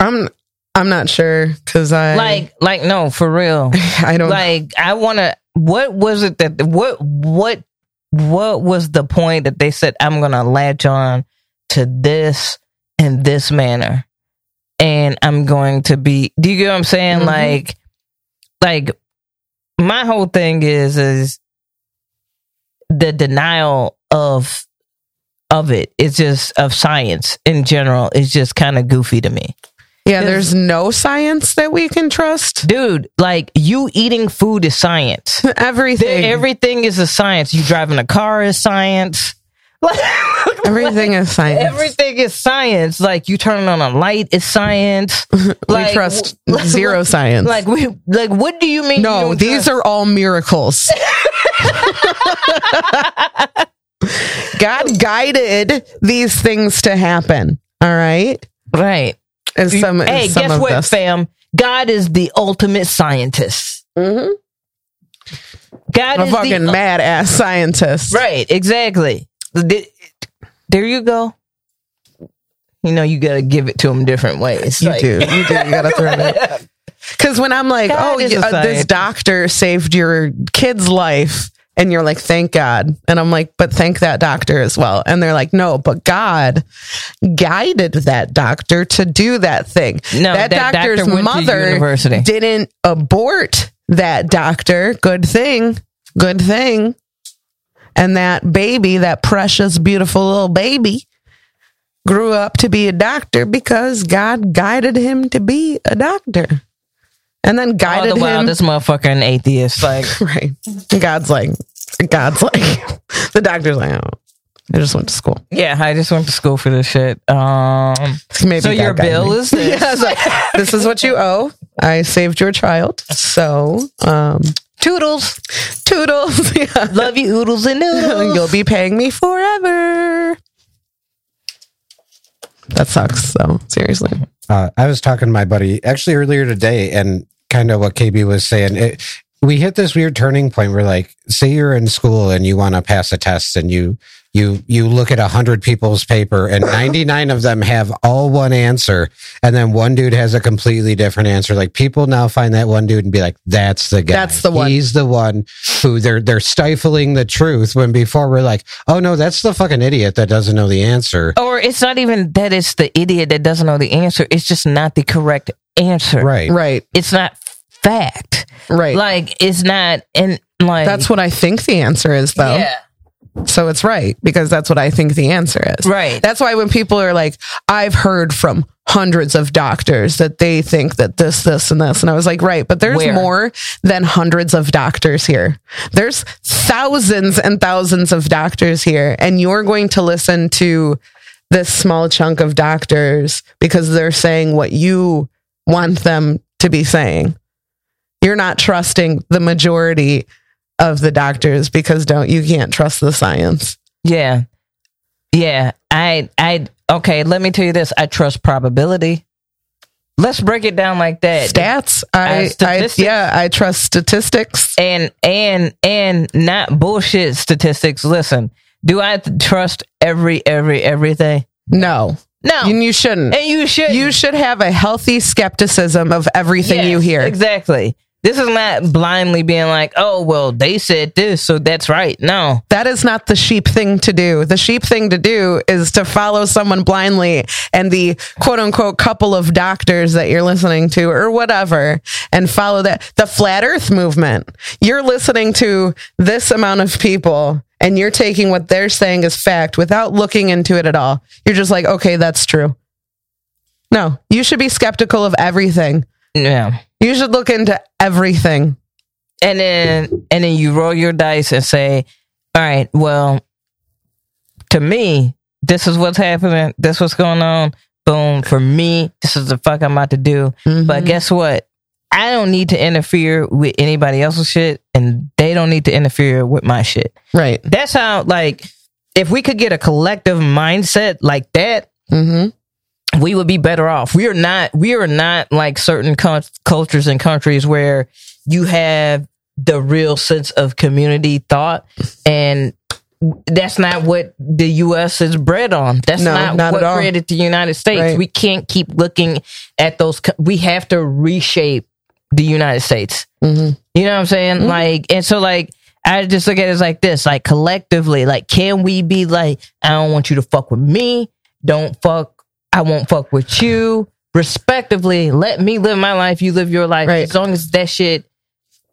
[SPEAKER 3] I'm I'm not sure cuz I
[SPEAKER 2] like, like no, for real.
[SPEAKER 3] [LAUGHS] I don't
[SPEAKER 2] like I want to. What was it that what what what was the point that they said I'm gonna latch on to this in this manner, and I'm going to be. Do you get what I'm saying?
[SPEAKER 3] Mhm.
[SPEAKER 2] Like, like my whole thing is is the denial of of it. It's just of science in general. It's just kind of goofy to me
[SPEAKER 3] Yeah,
[SPEAKER 2] is-
[SPEAKER 3] there's no science that we can trust.
[SPEAKER 2] dude like you eating food is science Th-
[SPEAKER 3] everything.
[SPEAKER 2] everything is a science you driving a car is science [LAUGHS] Like,
[SPEAKER 3] everything
[SPEAKER 2] [LAUGHS]
[SPEAKER 3] is science.
[SPEAKER 2] everything is science like you turning on a light is science
[SPEAKER 3] [LAUGHS] we
[SPEAKER 2] Like,
[SPEAKER 3] trust
[SPEAKER 2] w- [LAUGHS] like-
[SPEAKER 3] zero science.
[SPEAKER 2] like we like what do you mean you
[SPEAKER 3] no,
[SPEAKER 2] don't
[SPEAKER 3] these
[SPEAKER 2] trust-
[SPEAKER 3] are
[SPEAKER 2] [LAUGHS]
[SPEAKER 3] all miracles. God guided these things to happen. All right.
[SPEAKER 2] right
[SPEAKER 3] And some, and
[SPEAKER 2] hey
[SPEAKER 3] some
[SPEAKER 2] guess
[SPEAKER 3] of
[SPEAKER 2] what
[SPEAKER 3] this.
[SPEAKER 2] fam god is the ultimate scientist
[SPEAKER 3] Mhm.
[SPEAKER 2] god
[SPEAKER 3] A
[SPEAKER 2] is
[SPEAKER 3] fucking
[SPEAKER 2] the,
[SPEAKER 3] mad ass scientist.
[SPEAKER 2] right exactly Th- there you go you know you gotta give it to him different ways
[SPEAKER 3] You
[SPEAKER 2] Like-
[SPEAKER 3] do. You do. You [LAUGHS] gotta throw it. Because when I'm like,
[SPEAKER 2] God
[SPEAKER 3] oh,
[SPEAKER 2] is
[SPEAKER 3] y-
[SPEAKER 2] a
[SPEAKER 3] uh, this
[SPEAKER 2] scientist.
[SPEAKER 3] doctor saved your kid's life. And you're like, thank God. And I'm like, but thank that doctor as well. And they're like, no, but God guided that doctor to do that thing.
[SPEAKER 2] No, that
[SPEAKER 3] doctor's
[SPEAKER 2] doctor went to university.
[SPEAKER 3] didn't abort that doctor. Good thing. Good thing. And that baby, that precious, beautiful little baby, grew up to be a doctor because God guided him to be a doctor. And then
[SPEAKER 2] All
[SPEAKER 3] guided
[SPEAKER 2] the while,
[SPEAKER 3] him.
[SPEAKER 2] this motherfucker an atheist. Like,
[SPEAKER 3] [LAUGHS] right. God's like, God's like, [LAUGHS] the doctor's like, oh, I just went to school.
[SPEAKER 2] yeah, I just went to school for this shit. Um,
[SPEAKER 3] Maybe
[SPEAKER 2] so
[SPEAKER 3] God
[SPEAKER 2] your
[SPEAKER 3] guided
[SPEAKER 2] bill
[SPEAKER 3] me. [LAUGHS]
[SPEAKER 2] is this.
[SPEAKER 3] Yeah, it's like, this is what you owe. I saved your child. So, um,
[SPEAKER 2] Toodles,
[SPEAKER 3] toodles. [LAUGHS] Yeah.
[SPEAKER 2] love you, oodles and noodles.
[SPEAKER 3] You'll be paying me forever. That sucks, though. Seriously.
[SPEAKER 1] Uh, I was talking to my buddy actually earlier today, and kind of what KB was saying. It, we hit this weird turning point where, like, say you're in school and you want to pass a test, and you you you look at a hundred people's paper and 99 of them have all one answer and then one dude has a completely different answer like people now find that one dude and be like that's the guy
[SPEAKER 5] That's the one."
[SPEAKER 1] he's the one who they're they're stifling the truth when before we're like oh no that's the fucking idiot that doesn't know the answer
[SPEAKER 2] Or it's not even that it's the idiot that doesn't know the answer. It's just not the correct answer.
[SPEAKER 1] right
[SPEAKER 3] Right.
[SPEAKER 2] It's not fact.
[SPEAKER 3] Right.
[SPEAKER 2] Like it's not and like
[SPEAKER 3] that's what I think the answer is, though.
[SPEAKER 2] Yeah.
[SPEAKER 3] So it's right because that's what I think the answer is.
[SPEAKER 2] Right.
[SPEAKER 3] That's why when people are like, I've heard from hundreds of doctors that they think that this, this, and this. And I was like, right, but there's
[SPEAKER 2] Where?
[SPEAKER 3] more than hundreds of doctors here. There's thousands and thousands of doctors here. And you're going to listen to this small chunk of doctors because they're saying what you want them to be saying. You're not trusting the majority of the doctors because don't you can't trust the science.
[SPEAKER 2] Yeah. Yeah. I I okay, let me tell you this. I trust probability. Let's break it down like that.
[SPEAKER 3] Stats, I, I
[SPEAKER 2] statistics.
[SPEAKER 3] yeah, I trust statistics.
[SPEAKER 2] and and and not bullshit statistics. Listen, do I trust every every everything?
[SPEAKER 3] No,
[SPEAKER 2] No.
[SPEAKER 3] and you shouldn't.
[SPEAKER 2] and you should
[SPEAKER 3] You should have a healthy skepticism of everything you hear.
[SPEAKER 2] Exactly. This is not blindly being like, "Oh, well, they said this, so that's right." No.
[SPEAKER 3] That is not the sheep thing to do. The sheep thing to do is to follow someone blindly and the quote unquote couple of doctors that you're listening to or whatever and follow that. The flat earth movement. You're listening to this amount of people and you're taking what they're saying as fact without looking into it at all. You're just like, okay, that's true. No, you should be skeptical of everything.
[SPEAKER 2] Yeah.
[SPEAKER 3] You should look into everything.
[SPEAKER 2] and then and then you roll your dice and say, "All right, well, to me, this is what's happening. This what's going on. Boom. For me, this is the fuck I'm about to do. But guess what? I don't need to interfere with anybody else's shit, and they don't need to interfere with my shit.
[SPEAKER 3] Right.
[SPEAKER 2] That's how like if we could get a collective mindset like that,
[SPEAKER 3] Mm-hmm.
[SPEAKER 2] we would be better off. We are not. We are not like certain cul- cultures and countries where you have the real sense of community thought, and that's not what the U.S. is bred on. That's
[SPEAKER 3] No,
[SPEAKER 2] not,
[SPEAKER 3] not
[SPEAKER 2] what
[SPEAKER 3] at all.
[SPEAKER 2] created the United States.
[SPEAKER 3] Right.
[SPEAKER 2] We can't keep looking at those. co- We have to reshape the United States.
[SPEAKER 3] Mm-hmm.
[SPEAKER 2] You know what I'm saying? Like, and so like, I just look at it as like this, like collectively, like, can we be like, I don't want you to fuck with me. Don't fuck. I won't fuck with you. Respectively, let me live my life. You live your life.
[SPEAKER 3] Right.
[SPEAKER 2] As long as that shit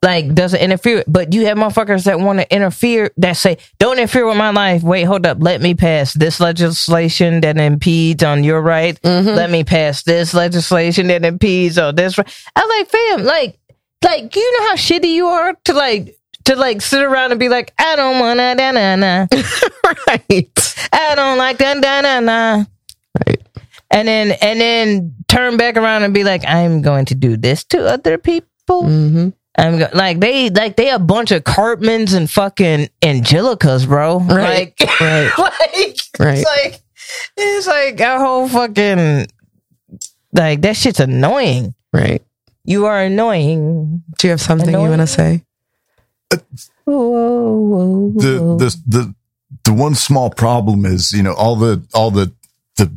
[SPEAKER 2] like doesn't interfere. But you have motherfuckers that want to interfere that say, don't interfere with my life. Wait, hold up. Let me pass this legislation that impedes on your right.
[SPEAKER 3] Mm-hmm.
[SPEAKER 2] Let me pass this legislation that impedes on this. Right. I'm like, fam, like, like you know how shitty you are to like to like sit around and be like, I don't wanna da na na.
[SPEAKER 3] [LAUGHS] Right.
[SPEAKER 2] I don't like da da na na.
[SPEAKER 3] Right.
[SPEAKER 2] And then and then turn back around and be like, I'm going to do this to other people.
[SPEAKER 3] Mm-hmm.
[SPEAKER 2] I'm go- like they like they a bunch of Cartmans and fucking Angelicas, bro.
[SPEAKER 3] Right.
[SPEAKER 2] Like,
[SPEAKER 3] [LAUGHS]
[SPEAKER 2] [LAUGHS]
[SPEAKER 3] Right.
[SPEAKER 2] like
[SPEAKER 3] Right.
[SPEAKER 2] it's like it's like our whole fucking like that shit's annoying.
[SPEAKER 3] Right.
[SPEAKER 2] You are annoying.
[SPEAKER 3] Do you have something you
[SPEAKER 2] Annoying.
[SPEAKER 3] want to say?
[SPEAKER 2] Whoa, whoa,
[SPEAKER 4] the
[SPEAKER 2] whoa.
[SPEAKER 4] the the the one small problem is you know all the all the the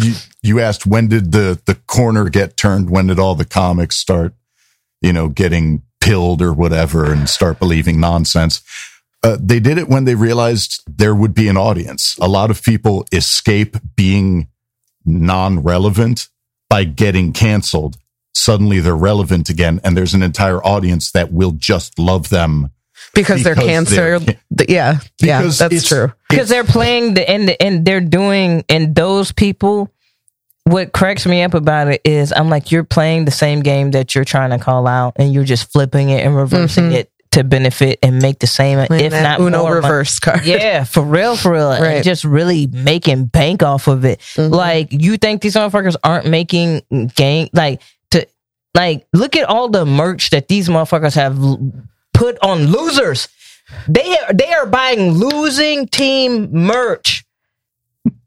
[SPEAKER 4] you, you asked when did the the corner get turned when did all the comics start you know getting pilled or whatever and start believing nonsense uh, they did it when they realized there would be an audience a lot of people escape being non-relevant by getting canceled suddenly they're relevant again and there's an entire audience that will just love them
[SPEAKER 3] Because, they're
[SPEAKER 4] Because they're
[SPEAKER 3] cancer.
[SPEAKER 4] ca-
[SPEAKER 3] th- yeah. Yeah.
[SPEAKER 4] Because
[SPEAKER 3] That's
[SPEAKER 4] it's-
[SPEAKER 3] true.
[SPEAKER 2] because they're playing the and the, and they're doing and those people what cracks me up about it is i'm like you're playing the same game that you're trying to call out and you're just flipping it and reversing
[SPEAKER 3] Mhm.
[SPEAKER 2] it to benefit and make the same if
[SPEAKER 3] that
[SPEAKER 2] not
[SPEAKER 3] Uno
[SPEAKER 2] more money.
[SPEAKER 3] reverse card.
[SPEAKER 2] yeah for real for real
[SPEAKER 3] Right.
[SPEAKER 2] and just really making bank off of it
[SPEAKER 3] Mhm.
[SPEAKER 2] like you think these motherfuckers aren't making gang like to like look at all the merch that these motherfuckers have l- put on losers. They are, they are buying losing team merch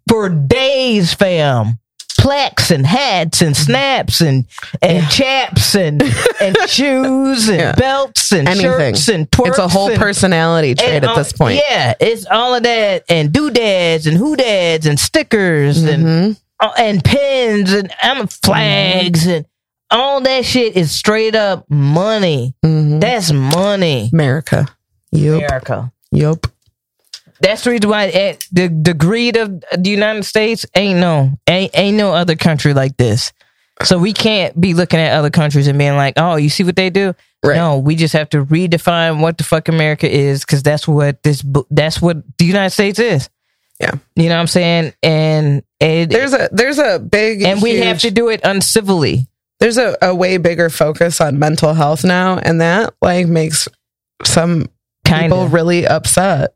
[SPEAKER 2] for days, fam. plaques and hats
[SPEAKER 3] Mm-hmm.
[SPEAKER 2] and snaps and and chaps and
[SPEAKER 3] [LAUGHS]
[SPEAKER 2] and shoes and
[SPEAKER 3] Yeah.
[SPEAKER 2] belts and
[SPEAKER 3] Anything.
[SPEAKER 2] shirts and twerks.
[SPEAKER 3] [LAUGHS] It's a whole
[SPEAKER 2] and-
[SPEAKER 3] personality trait
[SPEAKER 2] and
[SPEAKER 3] at
[SPEAKER 2] all-
[SPEAKER 3] this point.
[SPEAKER 2] Yeah, it's all of that and doodads and whodads and stickers and
[SPEAKER 3] Mhm.
[SPEAKER 2] uh, and pins and um, flags
[SPEAKER 3] Mm-hmm.
[SPEAKER 2] and all that shit is straight up money.
[SPEAKER 3] Mhm.
[SPEAKER 2] That's money.
[SPEAKER 3] America. Yup.
[SPEAKER 2] America.
[SPEAKER 3] Yup.
[SPEAKER 2] That's the reason why it, the the greed of the United States ain't no ain't ain't no other country like this. So we can't be looking at other countries and being like, oh, you see what they do.
[SPEAKER 3] Right.
[SPEAKER 2] No, we just have to redefine what the fuck America is because that's what this bu- that's what the United States is.
[SPEAKER 3] Yeah.
[SPEAKER 2] you know what I'm saying, and it,
[SPEAKER 3] There's a there's a big
[SPEAKER 2] and we have
[SPEAKER 3] huge-
[SPEAKER 2] to do it uncivilly.
[SPEAKER 3] there's a, a way bigger focus on mental health now and that like makes some
[SPEAKER 2] Kind
[SPEAKER 3] people
[SPEAKER 2] of
[SPEAKER 3] really upset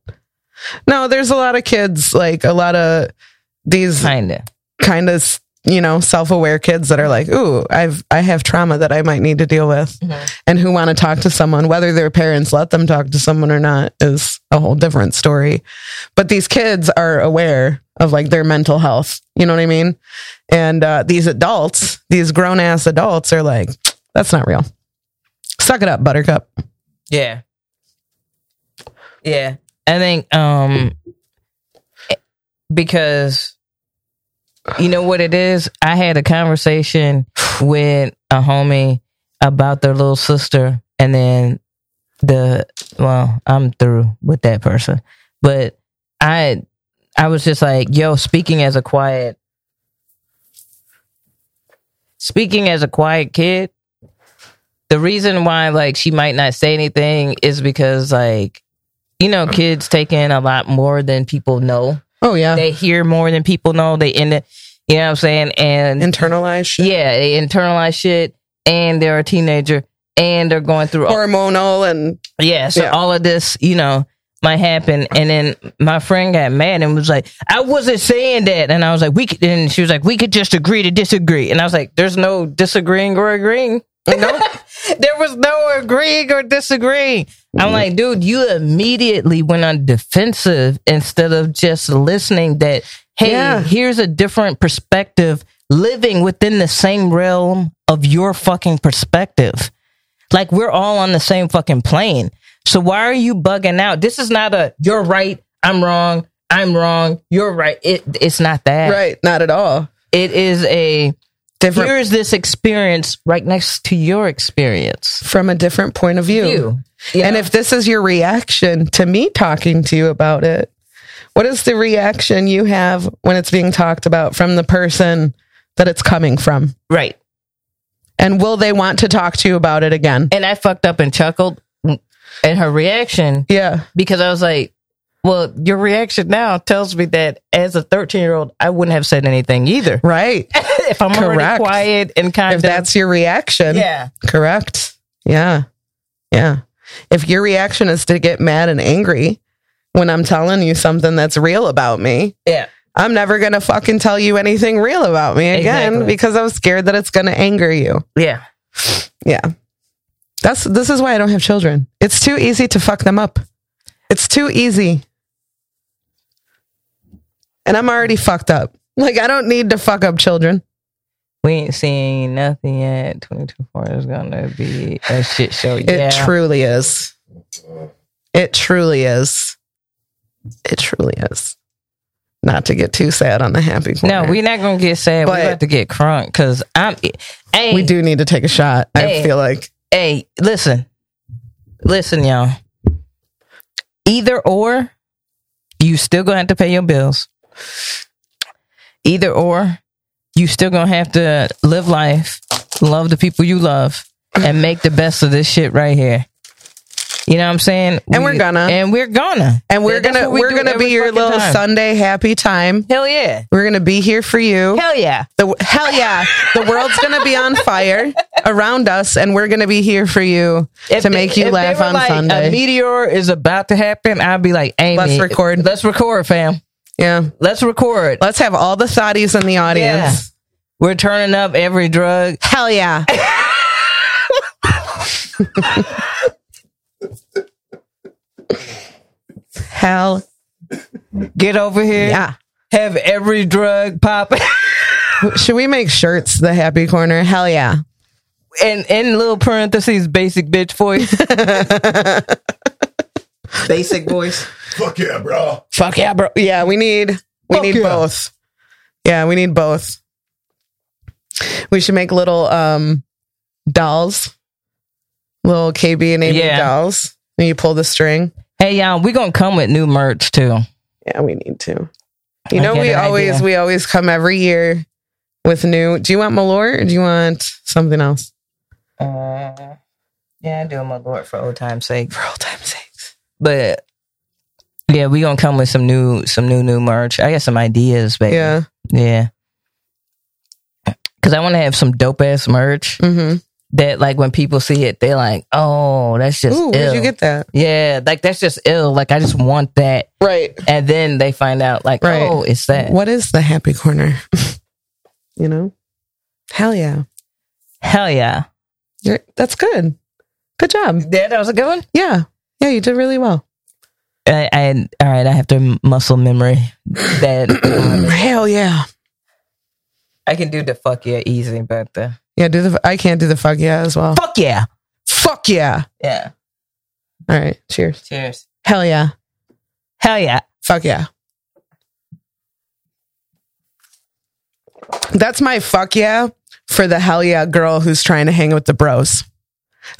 [SPEAKER 3] no there's a lot of kids like a lot of these
[SPEAKER 2] kind of
[SPEAKER 3] kind of you know self-aware kids that are like ooh i've i have trauma that i might need to deal with
[SPEAKER 2] Mhm.
[SPEAKER 3] and who want to talk to someone whether their parents let them talk to someone or not is a whole different story but these kids are aware of like their mental health you know what i mean and uh, these adults these grown-ass adults are like that's not real suck it up buttercup
[SPEAKER 2] Yeah. Yeah. I think um because you know what it is? I had a conversation with a homie about their little sister and then the well, I'm through with that person. But I I was just like, yo, speaking as a quiet speaking as a quiet kid, the reason why like she might not say anything is because like you know kids take in a lot more than people know
[SPEAKER 3] oh yeah
[SPEAKER 2] they hear more than people know they end up you know what i'm saying and
[SPEAKER 3] internalized shit.
[SPEAKER 2] yeah they internalize shit and they're a teenager and they're going through all,
[SPEAKER 3] hormonal and
[SPEAKER 2] yeah so
[SPEAKER 3] yeah.
[SPEAKER 2] all of this you know might happen and then my friend got mad and was like i wasn't saying that and i was like we could and she was like we could just agree to disagree and i was like there's no disagreeing or agreeing
[SPEAKER 3] nope
[SPEAKER 2] [LAUGHS] there was no agreeing or disagreeing. I'm like, dude, you immediately went on defensive instead of just listening that, hey,
[SPEAKER 3] Yeah.
[SPEAKER 2] here's a different perspective living within the same realm of your fucking perspective. Like we're all on the same fucking plane. So why are you bugging out? This is not a you're right, I'm wrong, I'm wrong, you're right. It it's not that.
[SPEAKER 3] right not at all
[SPEAKER 2] It is a
[SPEAKER 3] different
[SPEAKER 2] here's this experience right next to your experience
[SPEAKER 3] from a different point of view.
[SPEAKER 2] you. Yeah.
[SPEAKER 3] And if this is your reaction to me talking to you about it, what is the reaction you have when it's being talked about from the person that it's coming from?
[SPEAKER 2] right.
[SPEAKER 3] And will they want to talk to you about it again?
[SPEAKER 2] And I fucked up and chuckled at her reaction
[SPEAKER 3] Yeah.
[SPEAKER 2] because I was like, well, your reaction now tells me that as a 13 year old, I wouldn't have said anything either. [LAUGHS]
[SPEAKER 3] Right.
[SPEAKER 2] if I'm already
[SPEAKER 3] Correct.
[SPEAKER 2] quiet and kind
[SPEAKER 3] If
[SPEAKER 2] of.
[SPEAKER 3] that's your reaction.
[SPEAKER 2] Yeah.
[SPEAKER 3] Correct. Yeah. Yeah. If your reaction is to get mad and angry when I'm telling you something that's real about me,
[SPEAKER 2] Yeah.
[SPEAKER 3] I'm never going to fucking tell you anything real about me again
[SPEAKER 2] Exactly.
[SPEAKER 3] because I'm scared that it's going to anger you.
[SPEAKER 2] Yeah.
[SPEAKER 3] Yeah. That's this is why I don't have children. It's too easy to fuck them up. It's too easy. And I'm already fucked up. Like I don't need to fuck up children.
[SPEAKER 2] We ain't seeing nothing yet. 2024 is going to be a shit show.
[SPEAKER 3] It
[SPEAKER 2] yeah.
[SPEAKER 3] truly is. It truly is. It truly is. Not to get too sad on the happy corner.
[SPEAKER 2] no, we're not going to get sad.
[SPEAKER 3] But-
[SPEAKER 2] We're about to get crunk because I'm. Hey,
[SPEAKER 3] we do need to take a shot.
[SPEAKER 2] Hey.
[SPEAKER 3] I feel like
[SPEAKER 2] hey, listen, listen, y'all. Either or, you still gonna have to pay your bills. Either or, you still gonna have to live life, love the people you love, and make the best of this shit right here. You know what I'm saying?
[SPEAKER 3] And we're gonna.
[SPEAKER 2] and we're gonna,
[SPEAKER 3] and we're
[SPEAKER 2] That's
[SPEAKER 3] gonna
[SPEAKER 2] what we
[SPEAKER 3] we're
[SPEAKER 2] do
[SPEAKER 3] gonna
[SPEAKER 2] every
[SPEAKER 3] be your
[SPEAKER 2] fucking
[SPEAKER 3] little
[SPEAKER 2] time.
[SPEAKER 3] Sunday happy time.
[SPEAKER 2] Hell yeah,
[SPEAKER 3] We're gonna be here for you.
[SPEAKER 2] hell yeah,
[SPEAKER 3] The hell yeah, the world's gonna be on fire around us, and we're gonna be here for you to make
[SPEAKER 2] if
[SPEAKER 3] you
[SPEAKER 2] they
[SPEAKER 3] laugh
[SPEAKER 2] were
[SPEAKER 3] on
[SPEAKER 2] like,
[SPEAKER 3] Sunday.
[SPEAKER 2] A meteor is about to happen. I'd be like, Amy,
[SPEAKER 3] Let's record.
[SPEAKER 2] Let's record, fam.
[SPEAKER 3] yeah,
[SPEAKER 2] Let's record.
[SPEAKER 3] let's have all the thotties in the audience.
[SPEAKER 2] We're turning up every drug. [LAUGHS]
[SPEAKER 3] Hell yeah, hell
[SPEAKER 2] get over here,
[SPEAKER 3] yeah,
[SPEAKER 2] have every drug pop. [LAUGHS]
[SPEAKER 3] Should we make shirts the happy corner? Hell yeah.
[SPEAKER 2] And in little parentheses, basic bitch [LAUGHS] voice.
[SPEAKER 5] Basic voice.
[SPEAKER 4] Fuck yeah, bro.
[SPEAKER 3] Fuck yeah, bro. Yeah, we need we
[SPEAKER 2] Fuck
[SPEAKER 3] need
[SPEAKER 2] yeah.
[SPEAKER 3] both. Yeah, we need both. We should make little um dolls. Little KB and AB
[SPEAKER 2] Yeah.
[SPEAKER 3] dolls. And you pull the string.
[SPEAKER 2] hey y'all, we gonna come with new merch too.
[SPEAKER 3] Yeah, we need to. You
[SPEAKER 2] I
[SPEAKER 3] know,
[SPEAKER 2] get
[SPEAKER 3] we
[SPEAKER 2] an
[SPEAKER 3] always
[SPEAKER 2] idea.
[SPEAKER 3] we always come every year with new. Do you want Malort or do you want something else?
[SPEAKER 2] Uh, yeah, I do my lord for old time's sake.
[SPEAKER 3] For old time's sakes.
[SPEAKER 2] But yeah, we gonna come with some new, some new, new merch. I got some ideas, baby.
[SPEAKER 3] Yeah.
[SPEAKER 2] yeah. Cause I want to have some dope ass merch
[SPEAKER 3] Mm-hmm.
[SPEAKER 2] that, like, when people see it, they're like, "Oh, that's just
[SPEAKER 3] Ooh, where'd
[SPEAKER 2] ill."
[SPEAKER 3] you get that?
[SPEAKER 2] yeah, like that's just ill. Like I just want that,
[SPEAKER 3] Right.
[SPEAKER 2] and then they find out, like,
[SPEAKER 3] Right.
[SPEAKER 2] "Oh, it's that."
[SPEAKER 3] What is the happy corner? [LAUGHS] you know? Hell yeah.
[SPEAKER 2] Hell yeah!
[SPEAKER 3] You're, that's good. Good job.
[SPEAKER 2] Yeah, that was a good one.
[SPEAKER 3] Yeah. Yeah, you did really well.
[SPEAKER 2] I, I all right. I have to muscle memory that [COUGHS] um,
[SPEAKER 3] Hell yeah.
[SPEAKER 2] I can do the fuck yeah easy, but the
[SPEAKER 3] Yeah, do the I can't do the fuck yeah as well.
[SPEAKER 2] fuck yeah,
[SPEAKER 3] Fuck yeah.
[SPEAKER 2] yeah.
[SPEAKER 3] All right. Cheers.
[SPEAKER 2] Cheers.
[SPEAKER 3] Hell yeah.
[SPEAKER 2] Hell yeah.
[SPEAKER 3] Fuck yeah. That's my fuck yeah for the hell yeah girl who's trying to hang with the bros.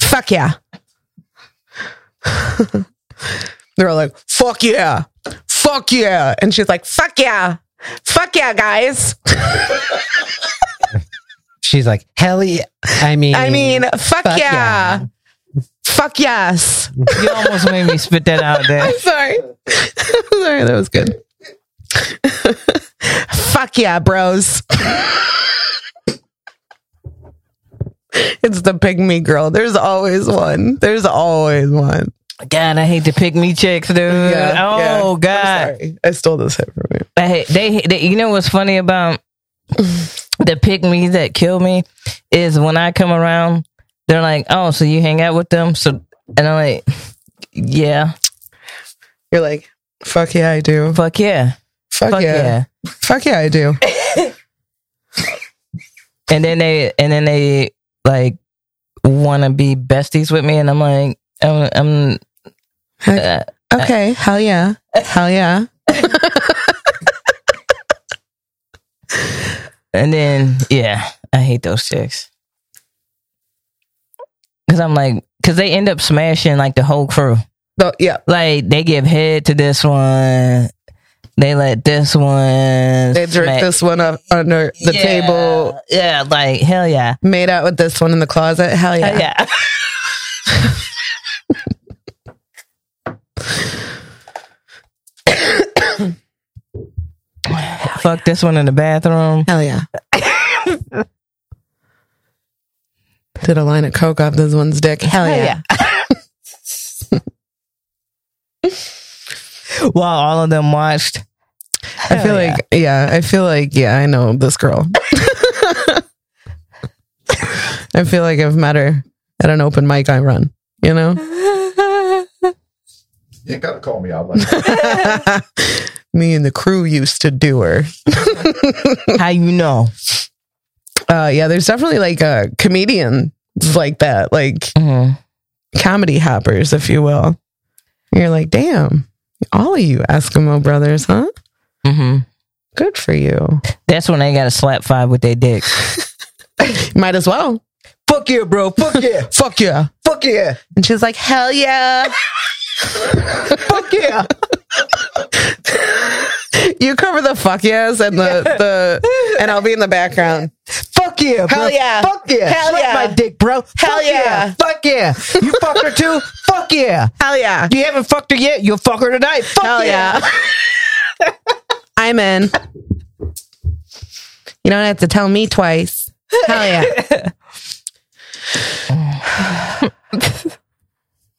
[SPEAKER 3] Fuck yeah. [LAUGHS] They're all like, fuck yeah. Fuck yeah. And she's like, fuck yeah. Fuck yeah, guys.
[SPEAKER 1] She's like, hell yeah. I mean,
[SPEAKER 3] I mean, fuck, yeah.
[SPEAKER 1] fuck yeah.
[SPEAKER 3] Fuck yes.
[SPEAKER 2] You almost made me spit that out there.
[SPEAKER 3] I'm sorry. I'm sorry, that was good. fuck yeah, bros. it's the pygmy girl. There's always one. There's always one.
[SPEAKER 2] God, I hate to pick me chicks, dude.
[SPEAKER 3] yeah.
[SPEAKER 2] oh
[SPEAKER 3] I'm
[SPEAKER 2] God,
[SPEAKER 3] sorry. I stole this hit from you.
[SPEAKER 2] I hate, they, they. You know what's funny [COUGHS] about the pick me that kill me is when I come around, they're like, "Oh, so you hang out with them?" So and I'm like, "Yeah,
[SPEAKER 3] You're like, fuck yeah, I do.
[SPEAKER 2] fuck yeah,
[SPEAKER 3] Fuck,
[SPEAKER 2] fuck
[SPEAKER 3] yeah.
[SPEAKER 2] yeah.
[SPEAKER 3] Fuck yeah, I do.
[SPEAKER 2] and then they and then they like want to be besties with me, and I'm like, I'm, I'm uh,
[SPEAKER 3] Okay, hell yeah. Hell yeah.
[SPEAKER 2] and then yeah, I hate those chicks because I'm like, because they end up smashing like the whole crew.
[SPEAKER 3] So, yeah.
[SPEAKER 2] Like they give head to this one, they let this one,
[SPEAKER 3] They jerked
[SPEAKER 2] smack-
[SPEAKER 3] this one up under the
[SPEAKER 2] Yeah,
[SPEAKER 3] table,
[SPEAKER 2] Yeah, like hell yeah,
[SPEAKER 3] made out with this one in the closet. Hell yeah.
[SPEAKER 2] hell Uh, yeah. [LAUGHS] Fuck this one in the bathroom.
[SPEAKER 3] Hell yeah. [LAUGHS] Did a line of coke off this one's dick. Hell yeah.
[SPEAKER 2] While all of them watched.
[SPEAKER 3] I feel like, yeah, I feel like, yeah, I know this girl. [LAUGHS] I feel like I've met her at an open mic I run, you [LAUGHS] know?
[SPEAKER 4] You ain't gotta call me out like
[SPEAKER 2] [LAUGHS]
[SPEAKER 3] Me and the crew used to do her.
[SPEAKER 2] how you know?
[SPEAKER 3] Uh, yeah, there's definitely like a comedian like that, like
[SPEAKER 2] Mhm.
[SPEAKER 3] comedy hoppers, if you will. You're like, damn, all of you Eskimo brothers, huh?
[SPEAKER 2] Mhm.
[SPEAKER 3] Good for you.
[SPEAKER 2] That's when they got to slap five with their dicks.
[SPEAKER 3] Might as well.
[SPEAKER 2] Fuck you, bro.
[SPEAKER 3] [LAUGHS]
[SPEAKER 2] Fuck you.
[SPEAKER 3] Fuck yeah.
[SPEAKER 2] Fuck you.
[SPEAKER 3] And she's like, hell yeah. [LAUGHS] fuck yeah. you cover the fuck yeahs and the, the and I'll be in the background.
[SPEAKER 2] Fuck you. Hell
[SPEAKER 3] yeah.
[SPEAKER 2] Fuck yeah.
[SPEAKER 3] Hell
[SPEAKER 2] Slap
[SPEAKER 3] yeah.
[SPEAKER 2] my dick, bro.
[SPEAKER 3] Hell
[SPEAKER 2] Fuck
[SPEAKER 3] yeah.
[SPEAKER 2] Fuck yeah. You fucked her
[SPEAKER 3] [LAUGHS]
[SPEAKER 2] too? Fuck yeah.
[SPEAKER 3] Hell yeah.
[SPEAKER 2] You haven't fucked her yet? You'll fuck her tonight. Fuck
[SPEAKER 3] Hell yeah. [LAUGHS] I'm in. You don't have to tell me twice. Hell yeah.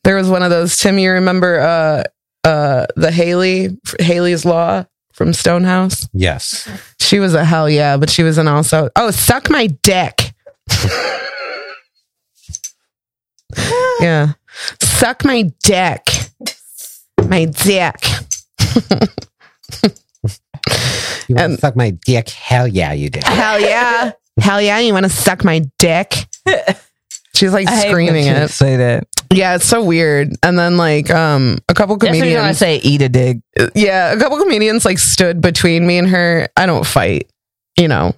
[SPEAKER 3] there was one of those, Tim, you remember uh uh the Haley Haley's Law from Stonehouse?
[SPEAKER 1] Yes.
[SPEAKER 3] She was a hell yeah, but she was an also. Oh, suck my dick. yeah. Suck my dick. My dick.
[SPEAKER 1] You want to
[SPEAKER 3] And-
[SPEAKER 1] suck my dick? Hell yeah,
[SPEAKER 3] [LAUGHS]
[SPEAKER 1] you did.
[SPEAKER 3] Hell yeah. Hell yeah. You want to suck my dick? [LAUGHS] She's like screaming it.
[SPEAKER 2] Say that.
[SPEAKER 3] Yeah, it's so weird. And then like um a couple
[SPEAKER 2] That's what you want to
[SPEAKER 3] comedians
[SPEAKER 2] say. Eat a dick.
[SPEAKER 3] Yeah, a couple comedians like stood between me and her. I don't fight, you know.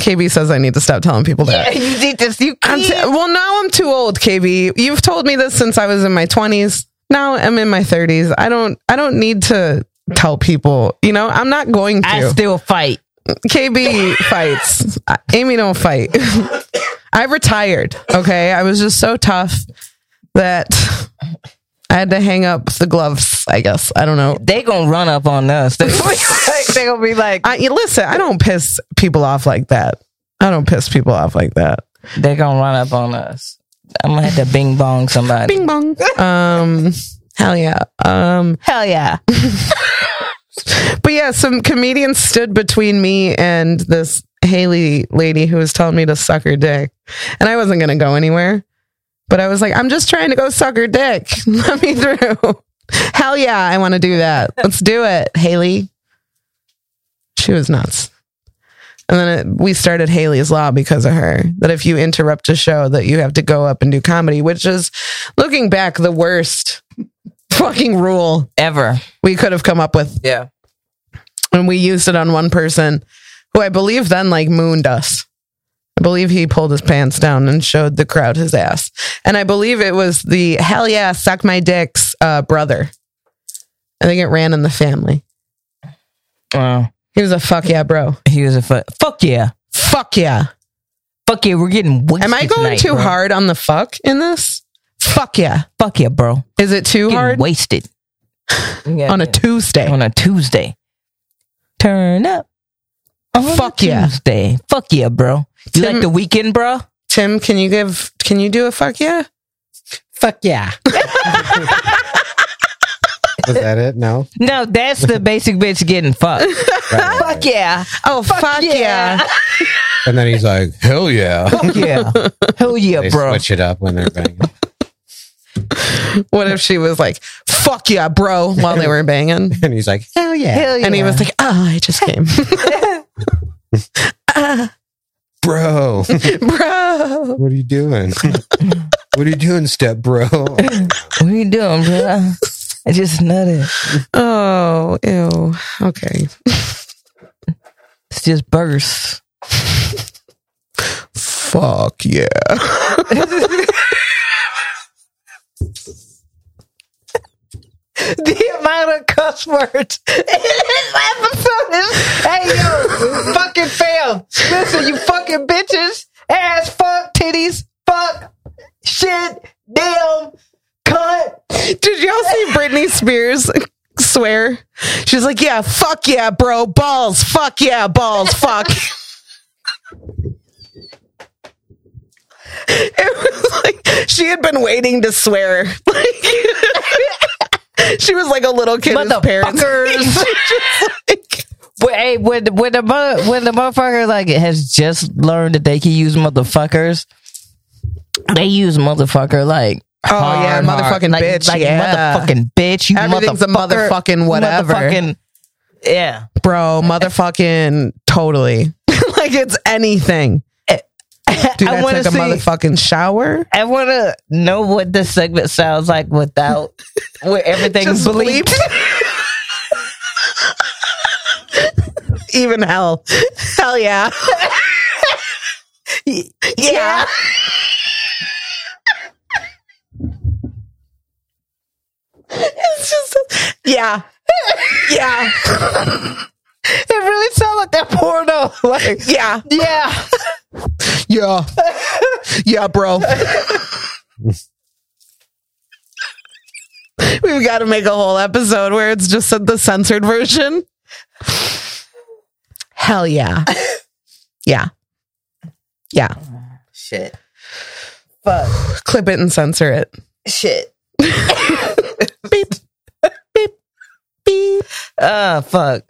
[SPEAKER 3] KB says I need to stop telling people
[SPEAKER 2] [LAUGHS]
[SPEAKER 3] that. [LAUGHS]
[SPEAKER 2] you did this. You
[SPEAKER 3] I'm t- well, now I'm too old, KB. You've told me this since I was in my 20s. Now I'm in my 30s. I don't I don't need to tell people. You know, I'm not going to.
[SPEAKER 2] I still fight.
[SPEAKER 3] KB fights. Uh, Amy don't fight. [LAUGHS] I retired. Okay, I was just so tough that I had to hang up the gloves. I guess I don't know.
[SPEAKER 2] They gonna run up on us. [LAUGHS] They gonna be like.
[SPEAKER 3] I you listen. I don't piss people off like that. I don't piss people off like that.
[SPEAKER 2] They gonna run up on us. I'm gonna have to bing bong somebody.
[SPEAKER 3] Bing bong. Um. Hell yeah. Um.
[SPEAKER 2] Hell yeah.
[SPEAKER 3] But yeah, some comedians stood between me and this Haley lady who was telling me to suck her dick. And I wasn't going to go anywhere. But I was like, I'm just trying to go suck her dick. [LAUGHS] Let me through. Hell yeah, I want to do that. Let's do it, Haley. She was nuts. And then it, we started Haley's Law because of her. That if you interrupt a show, that you have to go up and do comedy, which is, looking back, the worst [LAUGHS] fucking rule
[SPEAKER 2] Ever.
[SPEAKER 3] we could have come up with
[SPEAKER 2] Yeah.
[SPEAKER 3] and we used it on one person who I believe then like mooned us. I believe he pulled his pants down and showed the crowd his ass. And I believe it was the hell yeah, suck my dick's uh, brother. I think it ran in the family.
[SPEAKER 2] Wow.
[SPEAKER 3] He was a fuck yeah, bro.
[SPEAKER 2] He was a fuck. Fuck yeah.
[SPEAKER 3] Fuck yeah.
[SPEAKER 2] Fuck yeah. We're getting. Wasted
[SPEAKER 3] Am I going
[SPEAKER 2] tonight,
[SPEAKER 3] too
[SPEAKER 2] bro.
[SPEAKER 3] hard on the fuck in this? Fuck yeah.
[SPEAKER 2] Fuck yeah, bro.
[SPEAKER 3] Is it too
[SPEAKER 2] Getting
[SPEAKER 3] hard?
[SPEAKER 2] wasted
[SPEAKER 3] [LAUGHS] On a Tuesday.
[SPEAKER 2] on a Tuesday. Turn up. On a
[SPEAKER 3] Oh, Fuck yeah.
[SPEAKER 2] Tuesday. Fuck yeah, bro. You
[SPEAKER 3] Tim-
[SPEAKER 2] like the weekend, bro?
[SPEAKER 3] Tim, can you give, can you do a fuck yeah?
[SPEAKER 1] Fuck yeah. Was that it? No.
[SPEAKER 2] No, that's
[SPEAKER 3] [LAUGHS]
[SPEAKER 2] the basic bitch getting fucked.
[SPEAKER 1] Right, right.
[SPEAKER 2] yeah.
[SPEAKER 3] [LAUGHS] Oh, [LAUGHS] fuck, yeah.
[SPEAKER 1] And then he's like, hell yeah.
[SPEAKER 2] Fuck
[SPEAKER 3] [LAUGHS]
[SPEAKER 2] yeah. Hell yeah,
[SPEAKER 1] They
[SPEAKER 2] bro.
[SPEAKER 1] switch it up when they're banging.
[SPEAKER 3] What if she was like, fuck yeah, bro, while they
[SPEAKER 2] [LAUGHS]
[SPEAKER 3] were banging?
[SPEAKER 1] and he's like, hell yeah.
[SPEAKER 2] Hell yeah.
[SPEAKER 3] And he was like, oh, I just came. [LAUGHS]
[SPEAKER 1] bro,
[SPEAKER 2] [LAUGHS]
[SPEAKER 3] Bro.
[SPEAKER 1] what are you doing? what are you doing, step
[SPEAKER 2] [LAUGHS]
[SPEAKER 1] bro?
[SPEAKER 2] What are you doing,
[SPEAKER 3] [LAUGHS]
[SPEAKER 2] bro? I just nutted.
[SPEAKER 3] Oh, ew. Okay.
[SPEAKER 2] It's just bursts.
[SPEAKER 3] Fuck yeah.
[SPEAKER 2] [LAUGHS] The amount of cuss words in this episode is hey yo, fucking failed. Listen, you fucking bitches, ass, fuck, titties, fuck, shit, damn, cunt.
[SPEAKER 3] Did y'all see Britney Spears swear? She's like, yeah, fuck yeah, bro. Balls. Fuck yeah, balls. Fuck. [LAUGHS] it was like she had been waiting to swear. [LAUGHS] Like, she was like a little kid. whose parents- [LAUGHS]
[SPEAKER 2] Motherfuckers.
[SPEAKER 3] Like,
[SPEAKER 2] Well, hey, when when the mo- when the motherfucker like has just learned that they can use motherfuckers, they use motherfucker like
[SPEAKER 3] Oh, yeah,
[SPEAKER 2] hard, hard.
[SPEAKER 3] motherfucking
[SPEAKER 2] like,
[SPEAKER 3] bitch,
[SPEAKER 2] like
[SPEAKER 3] yeah.
[SPEAKER 2] motherfucking bitch, you
[SPEAKER 3] Everything's a
[SPEAKER 2] motherfucker,
[SPEAKER 3] motherfucking whatever.
[SPEAKER 2] motherfucking- yeah,
[SPEAKER 3] bro, motherfucking totally. [LAUGHS] like it's anything. Dude, I,
[SPEAKER 2] I want
[SPEAKER 3] took
[SPEAKER 2] to
[SPEAKER 3] a
[SPEAKER 2] see.
[SPEAKER 3] motherfucking shower.
[SPEAKER 2] I want to know what this segment sounds like without
[SPEAKER 3] [LAUGHS]
[SPEAKER 2] where everything's
[SPEAKER 3] Just
[SPEAKER 2] bleeped. [LAUGHS]
[SPEAKER 3] bleeped. [LAUGHS] Even hell. Hell yeah. [LAUGHS] yeah. it's just, yeah. Yeah.
[SPEAKER 2] It really sounds like that porno. [LAUGHS] Like,
[SPEAKER 3] [LAUGHS] Yeah.
[SPEAKER 2] yeah,
[SPEAKER 3] Yeah. Yeah, bro. We've got to make a whole episode where it's just the censored version. Hell yeah. Yeah. Yeah.
[SPEAKER 2] shit,
[SPEAKER 3] Clip it and censor it.
[SPEAKER 2] shit.
[SPEAKER 3] [LAUGHS] Beep. Beep. Beep.
[SPEAKER 2] Uh, fuck.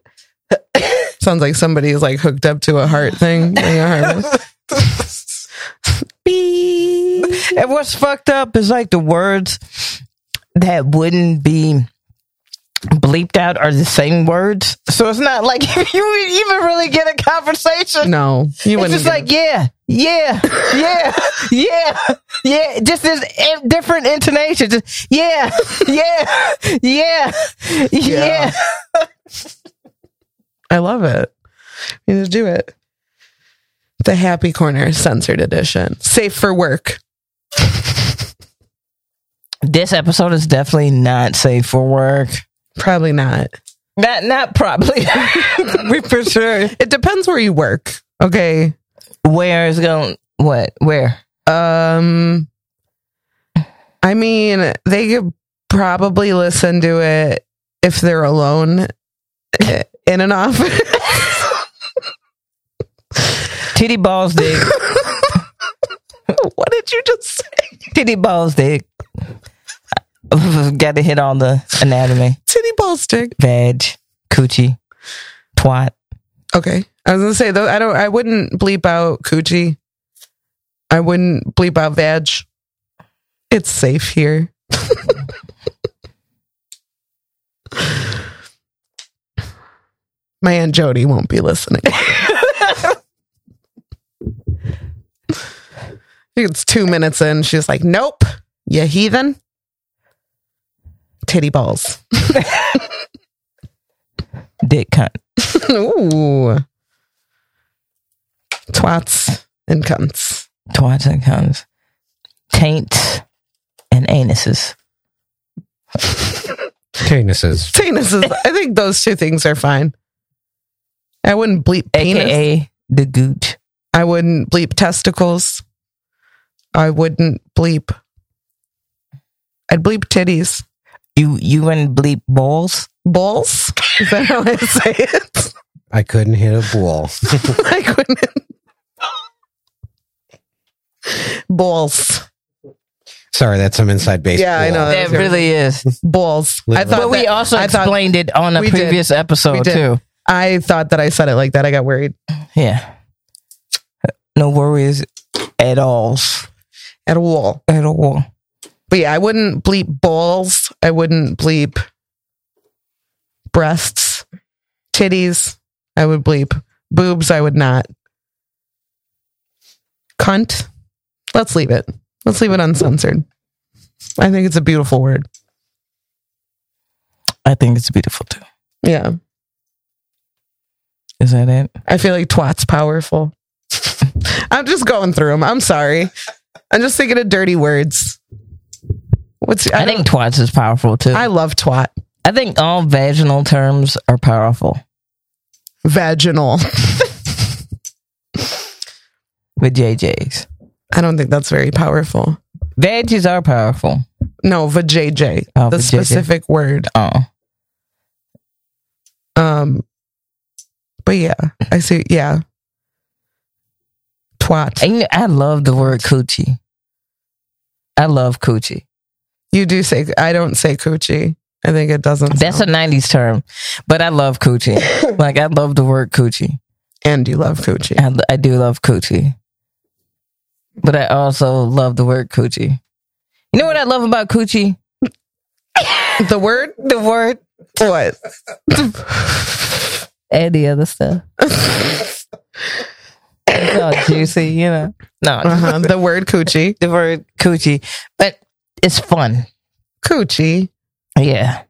[SPEAKER 3] Sounds like somebody's like hooked up to a heart thing. Like
[SPEAKER 2] [LAUGHS]
[SPEAKER 3] a heart. Beep.
[SPEAKER 2] And what's fucked up is like the words that wouldn't be bleeped out are the same words. So it's not like [LAUGHS] you would even really get a conversation.
[SPEAKER 3] No,
[SPEAKER 2] it's
[SPEAKER 3] you wouldn't.
[SPEAKER 2] just
[SPEAKER 3] get
[SPEAKER 2] like,
[SPEAKER 3] it.
[SPEAKER 2] yeah, yeah, yeah, [LAUGHS] yeah, yeah. Just this in- different intonation. Just, yeah, [LAUGHS] yeah, [LAUGHS] yeah, yeah.
[SPEAKER 3] I love it. You just do it. The Happy Corner Censored Edition, safe for work.
[SPEAKER 2] This episode is definitely not safe for work.
[SPEAKER 3] Probably not.
[SPEAKER 2] Not, not probably. we for sure.
[SPEAKER 3] It depends where you work. Okay.
[SPEAKER 2] Where is going? What? Where?
[SPEAKER 3] Um, I mean, they could probably listen to it if they're alone i- in an office. [LAUGHS]
[SPEAKER 2] Titty balls dick.
[SPEAKER 3] what did you just say?
[SPEAKER 2] Titty balls dick. Got to hit on the anatomy.
[SPEAKER 3] Titty ball stick.
[SPEAKER 2] Veg, coochie, twat.
[SPEAKER 3] Okay. I was gonna say though I don't I wouldn't bleep out coochie. I wouldn't bleep out vag. It's safe here. My aunt Jody won't be listening. [LAUGHS] it's two minutes in. She's like, "Nope, you heathen, titty balls."
[SPEAKER 2] dick cunt.
[SPEAKER 3] Ooh. Twats and cunts.
[SPEAKER 2] Twats and cunts. Taints and anuses.
[SPEAKER 1] Penises.
[SPEAKER 3] Penises. I think those two things are fine. I wouldn't bleep penis.
[SPEAKER 2] AKA the gooch.
[SPEAKER 3] I wouldn't bleep testicles. I wouldn't bleep. I'd bleep titties.
[SPEAKER 2] You you and bleep balls.
[SPEAKER 3] Balls? Is that how I say it? [LAUGHS]
[SPEAKER 1] I couldn't hit a bull.
[SPEAKER 3] I couldn't. Balls.
[SPEAKER 1] Sorry, that's some inside baseball.
[SPEAKER 3] Yeah, I know.
[SPEAKER 2] That
[SPEAKER 3] That
[SPEAKER 2] really is.
[SPEAKER 3] Balls. I thought
[SPEAKER 2] But we
[SPEAKER 3] that-
[SPEAKER 2] also
[SPEAKER 3] I thought-
[SPEAKER 2] explained it on a
[SPEAKER 3] We did.
[SPEAKER 2] previous
[SPEAKER 3] We
[SPEAKER 2] episode
[SPEAKER 3] did.
[SPEAKER 2] too.
[SPEAKER 3] I thought that I said it like that. I got worried.
[SPEAKER 2] Yeah. No worries at all.
[SPEAKER 3] At a wall.
[SPEAKER 2] At all.
[SPEAKER 3] But yeah, I wouldn't bleep balls. I wouldn't bleep breasts, titties. I would bleep boobs. I would not. Cunt. Let's leave it. Let's leave it uncensored. I think it's a beautiful word.
[SPEAKER 2] I think it's beautiful too.
[SPEAKER 3] Yeah.
[SPEAKER 2] Is that it?
[SPEAKER 3] I feel like twat's powerful. [LAUGHS] I'm just going through them. I'm sorry. I'm just thinking of dirty words. What's
[SPEAKER 2] I,
[SPEAKER 3] I,
[SPEAKER 2] think twats is powerful too.
[SPEAKER 3] I
[SPEAKER 2] I,
[SPEAKER 3] love twat.
[SPEAKER 2] think all vaginal terms are powerful.
[SPEAKER 3] Vaginal. [LAUGHS]
[SPEAKER 2] With JJ's.
[SPEAKER 3] I don't think that's very powerful.
[SPEAKER 2] Veggies are powerful.
[SPEAKER 3] No, vajayjay.
[SPEAKER 2] Oh,
[SPEAKER 3] the
[SPEAKER 2] vajayjay.
[SPEAKER 3] specific word.
[SPEAKER 2] Oh.
[SPEAKER 3] Um, but yeah, I see. Yeah, twat.
[SPEAKER 2] And you know, I love the word coochie. I love coochie.
[SPEAKER 3] You do say. I don't say coochie. I think it doesn't.
[SPEAKER 2] That's a
[SPEAKER 3] sound-
[SPEAKER 2] 90s term, but I love [LAUGHS] coochie. like, I love the word coochie.
[SPEAKER 3] and you love coochie.
[SPEAKER 2] I, I do love coochie. But I also love the word coochie. You know what I love about coochie?
[SPEAKER 3] the word.
[SPEAKER 2] [LAUGHS] The word
[SPEAKER 3] What?
[SPEAKER 2] and the other stuff. it's all juicy, you know. No,
[SPEAKER 3] Uh-huh. the word coochie.
[SPEAKER 2] the word coochie, but it's fun.
[SPEAKER 3] Coochie.
[SPEAKER 2] Yeah,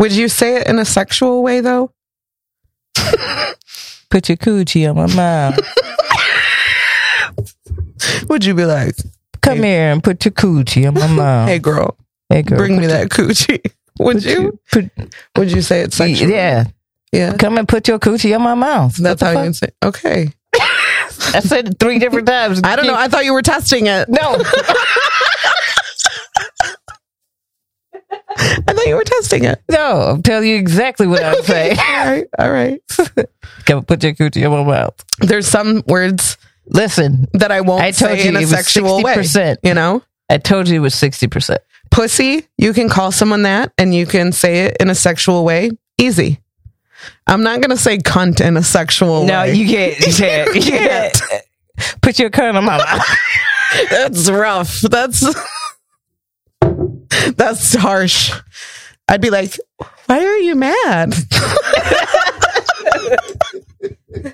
[SPEAKER 3] Would you say it in a sexual way though?
[SPEAKER 2] put your coochie on my mouth.
[SPEAKER 3] Would you be like,
[SPEAKER 2] Come here and put your coochie on my mouth.
[SPEAKER 3] [LAUGHS] "Hey, girl,
[SPEAKER 2] Hey, girl,
[SPEAKER 3] bring
[SPEAKER 2] put
[SPEAKER 3] me that coochie"? [LAUGHS] Would
[SPEAKER 2] your-
[SPEAKER 3] you?
[SPEAKER 2] put-
[SPEAKER 3] Would you say it sexually?
[SPEAKER 2] yeah,
[SPEAKER 3] Yeah.
[SPEAKER 2] come and put your coochie on my mouth.
[SPEAKER 3] That's how you say. Okay.
[SPEAKER 2] I said it three different times.
[SPEAKER 3] I don't know. I thought you were testing it.
[SPEAKER 2] no,
[SPEAKER 3] I thought you were testing it.
[SPEAKER 2] no. [LAUGHS] I'll tell you exactly what
[SPEAKER 3] [LAUGHS]
[SPEAKER 2] I'm saying.
[SPEAKER 3] all right, all right. [LAUGHS]
[SPEAKER 2] Come put your coochie on my mouth.
[SPEAKER 3] There's some words
[SPEAKER 2] Listen,
[SPEAKER 3] that I won't
[SPEAKER 2] I told
[SPEAKER 3] say
[SPEAKER 2] you
[SPEAKER 3] in
[SPEAKER 2] it
[SPEAKER 3] a
[SPEAKER 2] was
[SPEAKER 3] sexual way.
[SPEAKER 2] 60%.
[SPEAKER 3] You know,
[SPEAKER 2] I told you it was sixty percent.
[SPEAKER 3] pussy. You can call someone that, and you can say it in a sexual way. Easy. I'm not gonna say cunt in a sexual
[SPEAKER 2] No,
[SPEAKER 3] way.
[SPEAKER 2] you can't. [LAUGHS] You can't. You can't. Put your cunt on my mouth. [LAUGHS]
[SPEAKER 3] [LAUGHS] that's rough. That's that's harsh. I'd be like, why are you mad?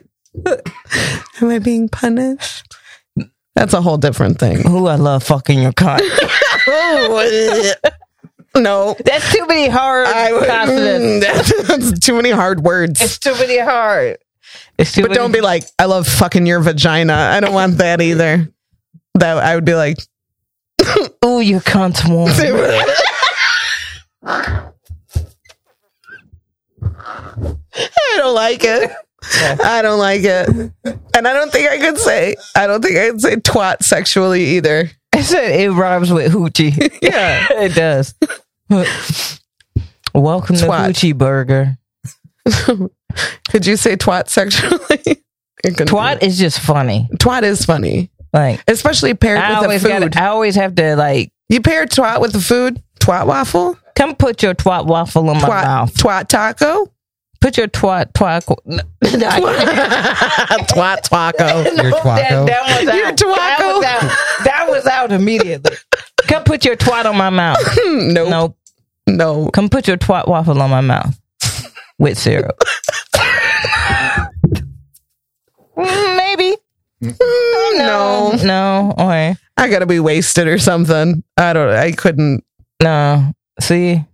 [SPEAKER 3] [LAUGHS] Am I being punished? That's a whole different
[SPEAKER 2] [LAUGHS]
[SPEAKER 3] thing.
[SPEAKER 2] Who I love fucking your cunt.
[SPEAKER 3] no.
[SPEAKER 2] [LAUGHS] That's too many hard
[SPEAKER 3] I would,
[SPEAKER 2] consonants.
[SPEAKER 3] Mm, [LAUGHS] that's, that's too many hard
[SPEAKER 2] It's
[SPEAKER 3] words.
[SPEAKER 2] too many hard. It's too
[SPEAKER 3] But
[SPEAKER 2] many-
[SPEAKER 3] don't be like, I love fucking your vagina. I don't want that either. That I would be like,
[SPEAKER 2] Ooh, you cunt warm.
[SPEAKER 3] [LAUGHS] I don't like it. I don't like it. And I don't think I could say, I don't think I could say twat sexually either.
[SPEAKER 2] I said it rhymes with [LAUGHS] hoochie.
[SPEAKER 3] Yeah.
[SPEAKER 2] it does. [LAUGHS] Welcome
[SPEAKER 3] Twat.
[SPEAKER 2] to Hoochie Burger.
[SPEAKER 3] Could you say twat sexually? [LAUGHS] You couldn't do
[SPEAKER 2] Twat
[SPEAKER 3] it.
[SPEAKER 2] is just funny.
[SPEAKER 3] Twat is funny,
[SPEAKER 2] Like
[SPEAKER 3] especially paired
[SPEAKER 2] I
[SPEAKER 3] with
[SPEAKER 2] always
[SPEAKER 3] the food.
[SPEAKER 2] got. I always have to like
[SPEAKER 3] you pair twat with the food, twat waffle,
[SPEAKER 2] come put your twat waffle in my
[SPEAKER 3] twat,
[SPEAKER 2] mouth.
[SPEAKER 3] twat taco,
[SPEAKER 2] Put your twat [LAUGHS] twat. no,
[SPEAKER 3] twat [LAUGHS] taco.
[SPEAKER 1] Your twaco.
[SPEAKER 2] that was out.
[SPEAKER 3] Your
[SPEAKER 2] That
[SPEAKER 3] twaco.
[SPEAKER 2] was out. That was out immediately. Come put your twat on my mouth.
[SPEAKER 3] No, no,
[SPEAKER 2] Nope. Come put your twat waffle on my mouth with syrup. Mm, Maybe.
[SPEAKER 3] no.
[SPEAKER 2] No. Okay.
[SPEAKER 3] I gotta be wasted or something. I don't. I couldn't.
[SPEAKER 2] No. See,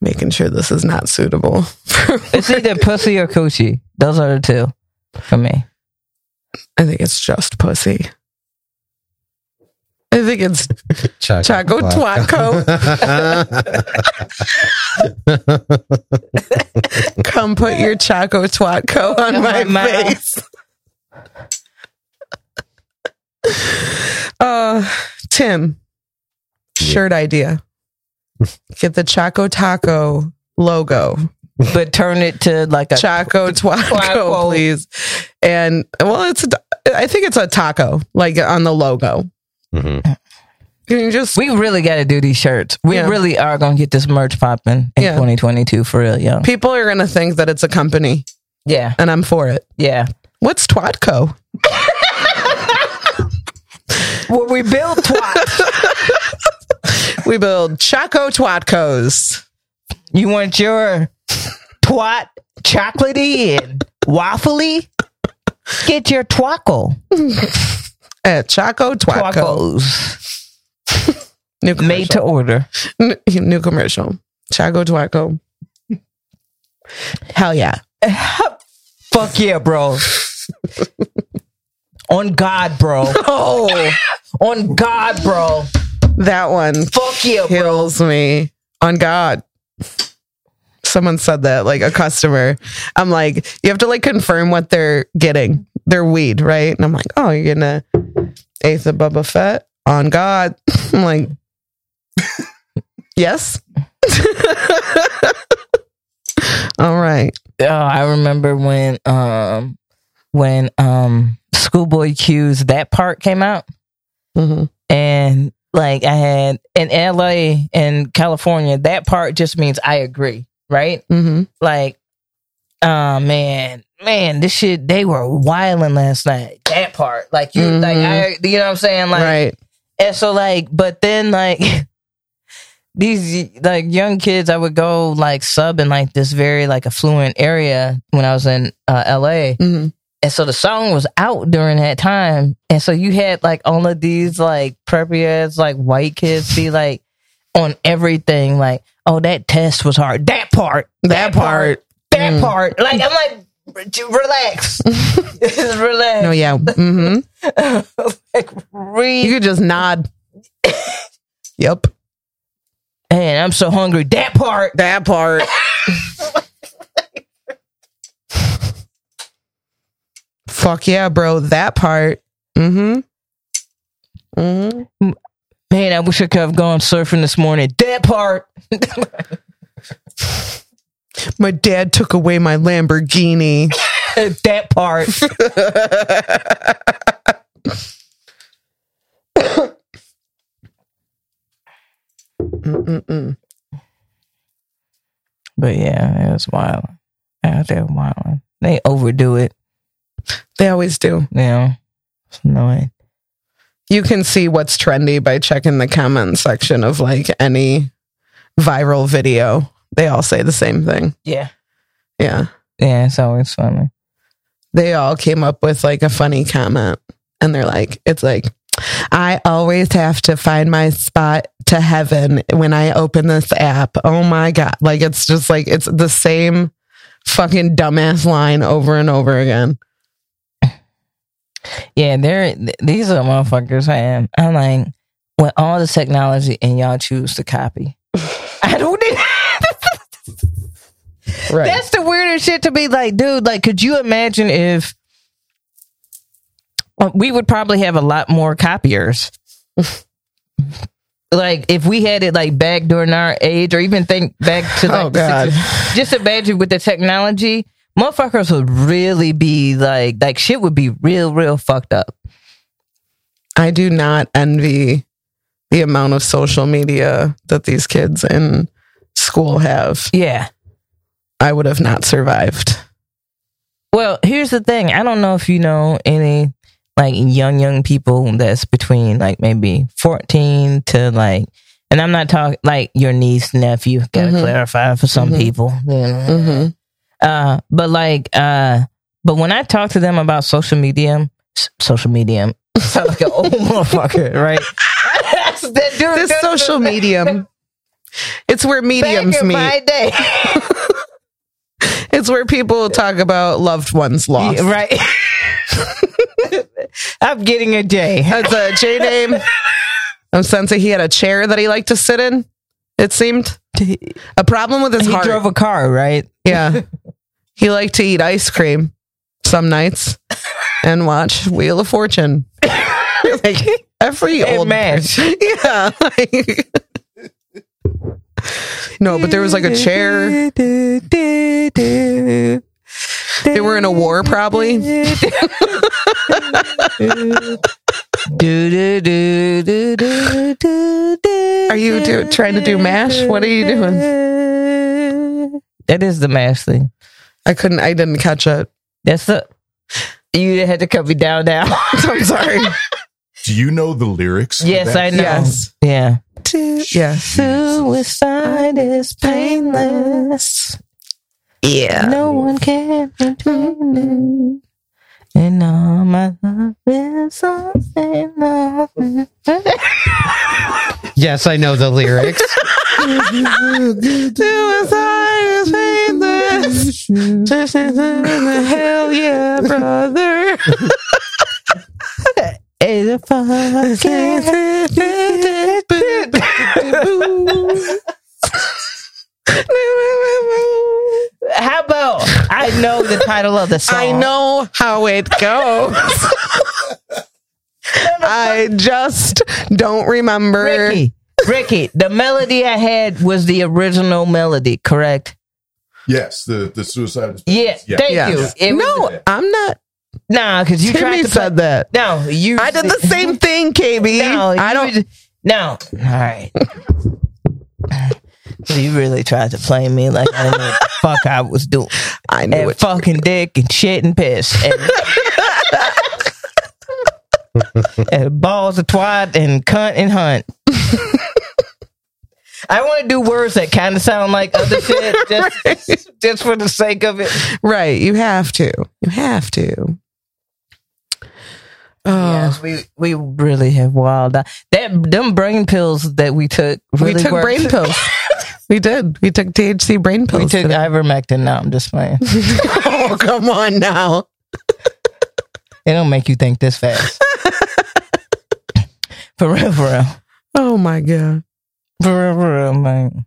[SPEAKER 3] Making sure this is not suitable. [LAUGHS]
[SPEAKER 2] it's either pussy or coochie. Those are the two for me.
[SPEAKER 3] I think it's just pussy. I think it's
[SPEAKER 1] Choco,
[SPEAKER 2] [LAUGHS]
[SPEAKER 3] Chaco
[SPEAKER 1] Twaco.
[SPEAKER 3] come put your
[SPEAKER 2] [LAUGHS]
[SPEAKER 3] Chaco Twatco on
[SPEAKER 2] On
[SPEAKER 3] my,
[SPEAKER 2] my mouth.
[SPEAKER 3] face. [LAUGHS] uh, Tim, shirt idea. Get the Chaco Taco logo.
[SPEAKER 2] But turn it to like a
[SPEAKER 3] Chaco [LAUGHS] Twaco,
[SPEAKER 2] Twaco.
[SPEAKER 3] please. And well, it's a, I think it's a taco, like on the logo.
[SPEAKER 1] Mhm.
[SPEAKER 3] Can you just
[SPEAKER 2] We really got to do these shirts. We
[SPEAKER 3] Yeah.
[SPEAKER 2] really are going to get this merch popping in
[SPEAKER 3] Yeah.
[SPEAKER 2] 2022 for real, yo.
[SPEAKER 3] people are gonna think that it's a company,
[SPEAKER 2] Yeah,
[SPEAKER 3] and I'm for it.
[SPEAKER 2] yeah.
[SPEAKER 3] What's Twatco?
[SPEAKER 2] Well, we build twat.
[SPEAKER 3] We build Chaco Twatcos.
[SPEAKER 2] you want your twat chocolatey and waffly? Get your twackle.
[SPEAKER 3] At Chaco Twatco.
[SPEAKER 2] Twackles.
[SPEAKER 3] New
[SPEAKER 2] Made to
[SPEAKER 3] commercial.
[SPEAKER 2] order.
[SPEAKER 3] N- new commercial. Chaco Twatco. Hell yeah.
[SPEAKER 2] Fuck yeah, bro. On God, bro.
[SPEAKER 3] Oh,
[SPEAKER 2] On God, bro.
[SPEAKER 3] that one
[SPEAKER 2] Fuck yeah, bro.
[SPEAKER 3] kills me. On God. Someone said that, like a customer. I'm like, you have to like confirm what they're getting, their weed, right? And I'm like, oh, you're getting a eighth of Bubba Fett on God. [LAUGHS] I'm like, yes. [LAUGHS] All right.
[SPEAKER 2] Oh, I remember when um when um Schoolboy Q's that part came out
[SPEAKER 3] Mhm.
[SPEAKER 2] and like I had in LA and California, that part just means I agree, right?
[SPEAKER 3] Mhm.
[SPEAKER 2] Like, oh man, man, this shit they were wilding last night. That part. Like you like I you know what I'm saying? Like
[SPEAKER 3] right.
[SPEAKER 2] and so like, but then like [LAUGHS] these like young kids, I would go like sub in like this very like affluent area when I was in uh, L.A.
[SPEAKER 3] Mhm.
[SPEAKER 2] And so the song was out during that time, and so you had like all of these like preppy ass like white kids be like on everything like, oh that test was hard, that part,
[SPEAKER 3] That part. Mm.
[SPEAKER 2] that part. Like I'm like, "J-
[SPEAKER 3] [LAUGHS]
[SPEAKER 2] relax, [LAUGHS] Just relax.
[SPEAKER 3] No,
[SPEAKER 2] [LAUGHS]
[SPEAKER 3] yeah. Mhm.
[SPEAKER 2] like
[SPEAKER 3] You
[SPEAKER 2] read.
[SPEAKER 3] could
[SPEAKER 2] [LAUGHS]
[SPEAKER 3] just nod. yep.
[SPEAKER 2] And I'm so hungry. That part.
[SPEAKER 3] That part. Fuck yeah, bro. That part. Mm hmm. Mm-hmm.
[SPEAKER 2] Man, I wish I could have gone surfing this morning. That part. [LAUGHS]
[SPEAKER 3] My dad took away my Lamborghini.
[SPEAKER 2] that part.
[SPEAKER 3] Mm-mm-mm.
[SPEAKER 2] But yeah, it was wild. Out there wild. They overdo it.
[SPEAKER 3] They always do.
[SPEAKER 2] You know, it's annoying.
[SPEAKER 3] You can see what's trendy by checking the comment section of like any viral video. They all say the same thing.
[SPEAKER 2] Yeah.
[SPEAKER 3] Yeah.
[SPEAKER 2] Yeah, so it's funny.
[SPEAKER 3] They all came up with like a funny comment and they're like, it's like, I always have to find my spot to heaven when I open this app. Oh my God. Like it's just like, it's the same fucking dumbass line over and over again.
[SPEAKER 2] Yeah, they're th- these are motherfuckers. I am. I'm like, with all the technology, and y'all choose to
[SPEAKER 3] [LAUGHS]
[SPEAKER 2] copy. I don't. Need-
[SPEAKER 3] Right.
[SPEAKER 2] That's the weirdest shit to be like, dude. Like, could you imagine if uh, we would probably have a lot more
[SPEAKER 3] [LAUGHS]
[SPEAKER 2] copiers? like, if we had it like back during our age, or even think back to like
[SPEAKER 3] [LAUGHS] Oh,
[SPEAKER 2] the
[SPEAKER 3] God.
[SPEAKER 2] 60s. just imagine with the technology, motherfuckers would really be like, like shit would be real, real fucked up.
[SPEAKER 3] I do not envy the amount of social media that these kids in school have.
[SPEAKER 2] Yeah.
[SPEAKER 3] I would have not survived.
[SPEAKER 2] Well, here's the thing. I don't know if you know any like young young people that's between like maybe 14 to like and I'm not talking like your niece nephew. Got to
[SPEAKER 3] Mhm.
[SPEAKER 2] clarify for some
[SPEAKER 3] Mhm.
[SPEAKER 2] people. you know.
[SPEAKER 3] [LAUGHS] Mm-hmm.
[SPEAKER 2] Uh, but like, uh, but when I talk to them about social media, s- social media, sound [LAUGHS] like an old motherfucker, right? That's- that dude-
[SPEAKER 3] This
[SPEAKER 2] that's-
[SPEAKER 3] social medium. It's where
[SPEAKER 2] back
[SPEAKER 3] mediums
[SPEAKER 2] in
[SPEAKER 3] meet.
[SPEAKER 2] my day,
[SPEAKER 3] it's where people talk about loved ones lost.
[SPEAKER 2] Yeah, right? [LAUGHS] I'm getting a J.
[SPEAKER 3] That's a
[SPEAKER 2] [LAUGHS]
[SPEAKER 3] J name. I'm sensing he had a chair that he liked to sit in. It seemed a problem with his
[SPEAKER 2] he
[SPEAKER 3] heart.
[SPEAKER 2] drove a car, right?
[SPEAKER 3] yeah, [LAUGHS] he liked to eat ice cream some nights and watch Wheel of Fortune. like every
[SPEAKER 2] Hey,
[SPEAKER 3] old
[SPEAKER 2] man.
[SPEAKER 3] person- [LAUGHS] Yeah. like- no, but there was like a chair.
[SPEAKER 2] They
[SPEAKER 3] They were in a war, probably.
[SPEAKER 2] Are
[SPEAKER 3] Are you do- trying to do MASH? What are you
[SPEAKER 2] doing? That is the mash thing.
[SPEAKER 3] I couldn't. I didn't catch it.
[SPEAKER 2] That's the you had to cut me down now.
[SPEAKER 3] [LAUGHS] I'm sorry.
[SPEAKER 4] Do you know the lyrics? to
[SPEAKER 2] yes,
[SPEAKER 4] that?
[SPEAKER 2] I know.
[SPEAKER 3] Yes.
[SPEAKER 2] Yeah.
[SPEAKER 3] Yes.
[SPEAKER 2] Suicide is painless.
[SPEAKER 3] Yeah.
[SPEAKER 2] No one can contain it. And all my love is all in love.
[SPEAKER 1] Yes, I know
[SPEAKER 2] [LAUGHS]
[SPEAKER 1] the lyrics.
[SPEAKER 3] Hell yeah, brother.
[SPEAKER 2] Is a fucking How about I know the title of the song?
[SPEAKER 3] [LAUGHS] I know how it [LAUGHS] goes. I just don't remember.
[SPEAKER 2] Ricky. Ricky, the melody I had was the original melody, correct?
[SPEAKER 4] Yes, the the suicide. Is-
[SPEAKER 2] Yeah.
[SPEAKER 4] Yeah.
[SPEAKER 2] Thank
[SPEAKER 3] Yeah.
[SPEAKER 2] you. It was-
[SPEAKER 3] No, I'm not.
[SPEAKER 2] nah, because you
[SPEAKER 3] Timmy
[SPEAKER 2] tried to
[SPEAKER 3] said that.
[SPEAKER 2] play- No, you.
[SPEAKER 3] I did the [LAUGHS] same thing, KB.
[SPEAKER 2] [LAUGHS] No,
[SPEAKER 3] I
[SPEAKER 2] you
[SPEAKER 3] don't.
[SPEAKER 2] would- no. All
[SPEAKER 3] [LAUGHS]
[SPEAKER 2] right. you really tried to play me like I didn't know what the fuck I was doing.
[SPEAKER 3] I knew
[SPEAKER 2] And
[SPEAKER 3] it.
[SPEAKER 2] fucking dick and shit and piss.
[SPEAKER 3] [LAUGHS]
[SPEAKER 2] And, and balls of twat and cunt and hunt. I want to do words that kind of sound like other shit
[SPEAKER 3] [LAUGHS]
[SPEAKER 2] just, just for the sake of it.
[SPEAKER 3] Right. You have to. You have to. Oh,
[SPEAKER 2] Yes, we, we really have wild. uh, That them brain pills that we took really
[SPEAKER 3] we took
[SPEAKER 2] worked.
[SPEAKER 3] brain pills. [LAUGHS] we did. We took THC brain
[SPEAKER 2] [LAUGHS]
[SPEAKER 3] pills.
[SPEAKER 2] We took
[SPEAKER 3] today.
[SPEAKER 2] ivermectin. No, I'm just playing. it
[SPEAKER 3] [LAUGHS] oh, come on now.
[SPEAKER 2] don't make you think this
[SPEAKER 3] [LAUGHS]
[SPEAKER 2] fast. for real, for real.
[SPEAKER 3] Oh my [LAUGHS] god.
[SPEAKER 2] For real, for real, man.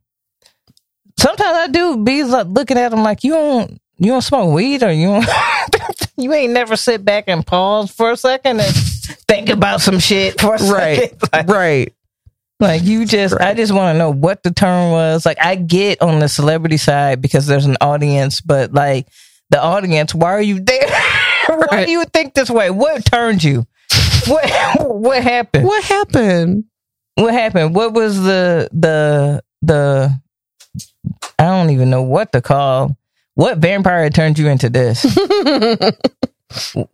[SPEAKER 2] Sometimes I do be like looking at them like you don't you don't smoke weed or you don't, [LAUGHS] you ain't never sit back and pause for a second and think about some shit for a
[SPEAKER 3] Right.
[SPEAKER 2] second. [LAUGHS] Like,
[SPEAKER 3] right.
[SPEAKER 2] like, you just I just want to know what the term was. Like I get on the celebrity side because there's an audience, but like the audience, why are you there? [LAUGHS] why
[SPEAKER 3] Right.
[SPEAKER 2] do you think this way? What turned you? What [LAUGHS] what happened?
[SPEAKER 3] What happened?
[SPEAKER 2] what happened? What was the the the I don't even know what to call. What vampire turned you into this?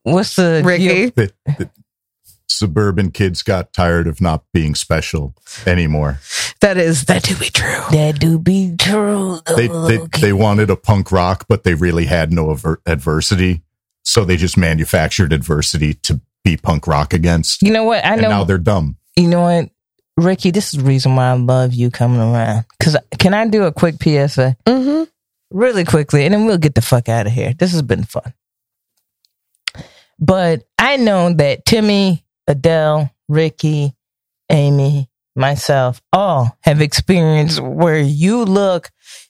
[SPEAKER 2] What's the
[SPEAKER 3] Ricky.
[SPEAKER 4] the, the suburban kids got tired of not being special anymore.
[SPEAKER 3] That is that do be true.
[SPEAKER 2] That do be true.
[SPEAKER 4] They they they wanted a punk rock, but they really had no aver- adversity, so they just manufactured adversity to be punk rock against.
[SPEAKER 2] you know what? I
[SPEAKER 4] and
[SPEAKER 2] know.
[SPEAKER 4] now they're dumb.
[SPEAKER 2] you know what, Ricky? This is the reason why I love you coming around. Cause can I do a quick PSA?
[SPEAKER 3] Mm-hmm.
[SPEAKER 2] really quickly, and then we'll get the fuck out of here. This has been fun. But I know that Timmy, Adele, Ricky, Amy, myself, all have experienced where you look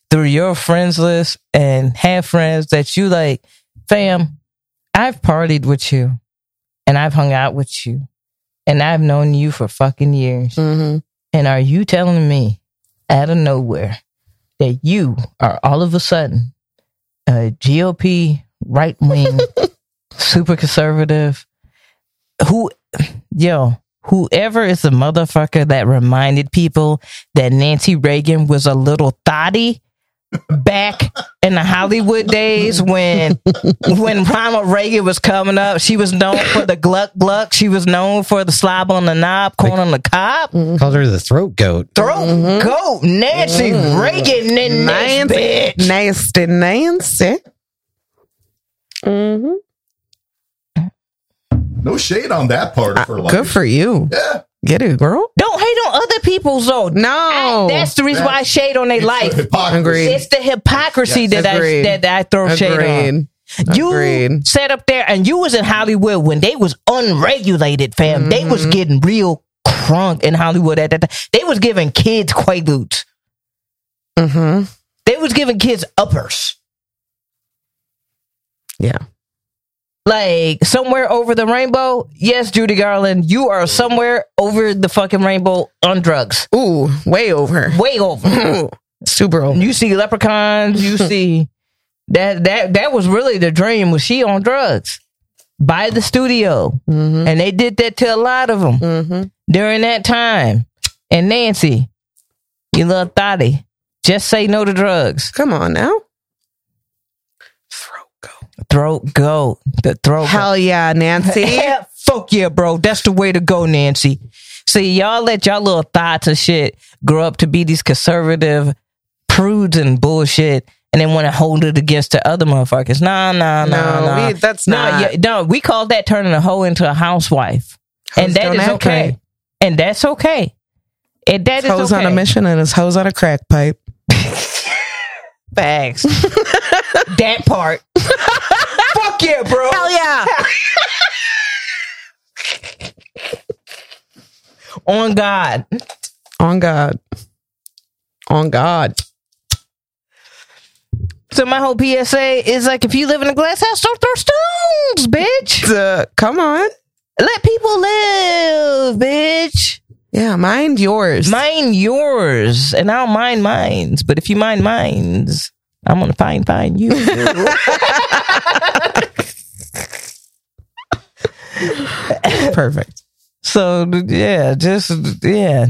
[SPEAKER 2] through your friends list and have friends that you like, fam, I've partied with you and I've hung out with you and I've known you for fucking years.
[SPEAKER 3] Mm-hmm.
[SPEAKER 2] And are you telling me out of nowhere that you are all of a sudden a GOP right wing, super conservative, who, yo, whoever is the motherfucker that reminded people that Nancy Reagan was a little thotty? Back in the Hollywood days when when Ronald Reagan was coming up, she was known for the gluck gluck. She was known for the slob on the knob, corn on the cob
[SPEAKER 1] Called her the throat goat.
[SPEAKER 2] throat
[SPEAKER 3] Mm-hmm.
[SPEAKER 2] goat Nancy Reagan in
[SPEAKER 3] Nancy.
[SPEAKER 2] this bitch.
[SPEAKER 3] Nasty Nancy. Mm-hmm.
[SPEAKER 4] No shade on that
[SPEAKER 2] Uh,
[SPEAKER 4] part of her life.
[SPEAKER 3] Good for you.
[SPEAKER 4] yeah,
[SPEAKER 3] Get it, girl.
[SPEAKER 2] Don't hate on other people's though.
[SPEAKER 3] No.
[SPEAKER 2] I- that's the reason why I shade on their
[SPEAKER 4] It's
[SPEAKER 2] life.
[SPEAKER 4] the hypocrisy.
[SPEAKER 3] Agreed.
[SPEAKER 2] It's the hypocrisy
[SPEAKER 4] Yes.
[SPEAKER 2] that I
[SPEAKER 3] Agreed.
[SPEAKER 2] that I throw shade on.
[SPEAKER 3] Agreed.
[SPEAKER 2] You
[SPEAKER 3] Agreed.
[SPEAKER 2] sat up there and you was in Hollywood when they was unregulated, fam. They was
[SPEAKER 3] Mm-hmm.
[SPEAKER 2] getting real crunk in Hollywood at that time. They was giving kids quaaludes.
[SPEAKER 3] Mm-hmm.
[SPEAKER 2] They was giving kids uppers.
[SPEAKER 3] Yeah.
[SPEAKER 2] like somewhere over the rainbow. Yes, Judy Garland, you are somewhere over the fucking rainbow on drugs.
[SPEAKER 3] Ooh, way over.
[SPEAKER 2] Way over.
[SPEAKER 3] Super over.
[SPEAKER 2] you see leprechauns, you see that that that was really the dream was she on drugs by the studio.
[SPEAKER 3] Mm-hmm.
[SPEAKER 2] And they did that to a lot of them
[SPEAKER 3] Mm-hmm.
[SPEAKER 2] during that time. And Nancy, you little thotty, just say no to drugs.
[SPEAKER 3] Come on now. Throat go.
[SPEAKER 2] Throat go. The throat go.
[SPEAKER 3] Hell yeah,
[SPEAKER 2] [LAUGHS]
[SPEAKER 3] Nancy.
[SPEAKER 2] Yeah, fuck yeah, bro. That's the way to go, Nancy. See, y'all let y'all little thoughts and shit grow up to be these conservative prudes and bullshit, and then want to hold it against the other motherfuckers. Nah, nah, nah,
[SPEAKER 3] No,
[SPEAKER 2] nah.
[SPEAKER 3] we- that's
[SPEAKER 2] Nah,
[SPEAKER 3] not-
[SPEAKER 2] yeah, no, we call that turning a hoe into a housewife, and
[SPEAKER 3] Hoes
[SPEAKER 2] that
[SPEAKER 3] don't
[SPEAKER 2] is
[SPEAKER 3] act
[SPEAKER 2] okay,
[SPEAKER 3] right.
[SPEAKER 2] and that's okay, and that is
[SPEAKER 3] Hoes
[SPEAKER 2] okay.
[SPEAKER 3] on a mission and his hoes on a crack pipe. [LAUGHS]
[SPEAKER 2] Facts. that part. fuck yeah, bro.
[SPEAKER 3] Hell yeah.
[SPEAKER 2] On God.
[SPEAKER 3] [LAUGHS] On God. On God.
[SPEAKER 2] So my whole PSA is like, if you live in a glass house, don't throw stones, bitch.
[SPEAKER 3] Duh, come on.
[SPEAKER 2] [LAUGHS] Let people live, bitch.
[SPEAKER 3] Yeah, mind yours.
[SPEAKER 2] Mind yours, and I don't mind mines. But if you mind mines, I'm gonna find find
[SPEAKER 3] [LAUGHS]
[SPEAKER 2] you.
[SPEAKER 3] Perfect.
[SPEAKER 2] so yeah, just yeah,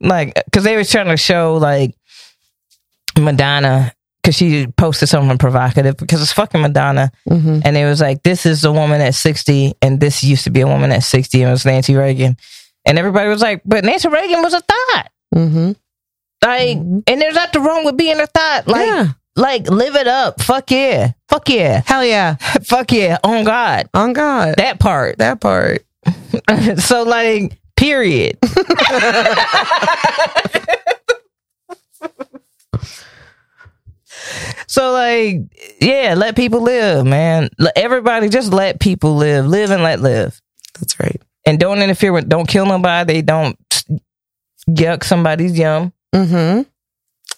[SPEAKER 2] like because they was trying to show like Madonna because she posted something provocative because it's fucking Madonna.
[SPEAKER 3] Mm-hmm.
[SPEAKER 2] and it was like this is the woman at 60 and this used to be a woman at 60 and it was nancy reagan and everybody was like but nancy reagan was a thought
[SPEAKER 3] Mm-hmm.
[SPEAKER 2] like and there's nothing wrong with being a thought like
[SPEAKER 3] Yeah.
[SPEAKER 2] like live it up fuck yeah fuck yeah
[SPEAKER 3] Hell yeah.
[SPEAKER 2] [LAUGHS] fuck yeah on god
[SPEAKER 3] On God.
[SPEAKER 2] that
[SPEAKER 3] [LAUGHS]
[SPEAKER 2] part
[SPEAKER 3] That part.
[SPEAKER 2] so like period [LAUGHS] so like yeah let people live man Let- everybody just let people live live and let live
[SPEAKER 3] That's right.
[SPEAKER 2] and don't interfere with don't kill nobody don't yuck somebody's yum
[SPEAKER 3] Mm-hmm.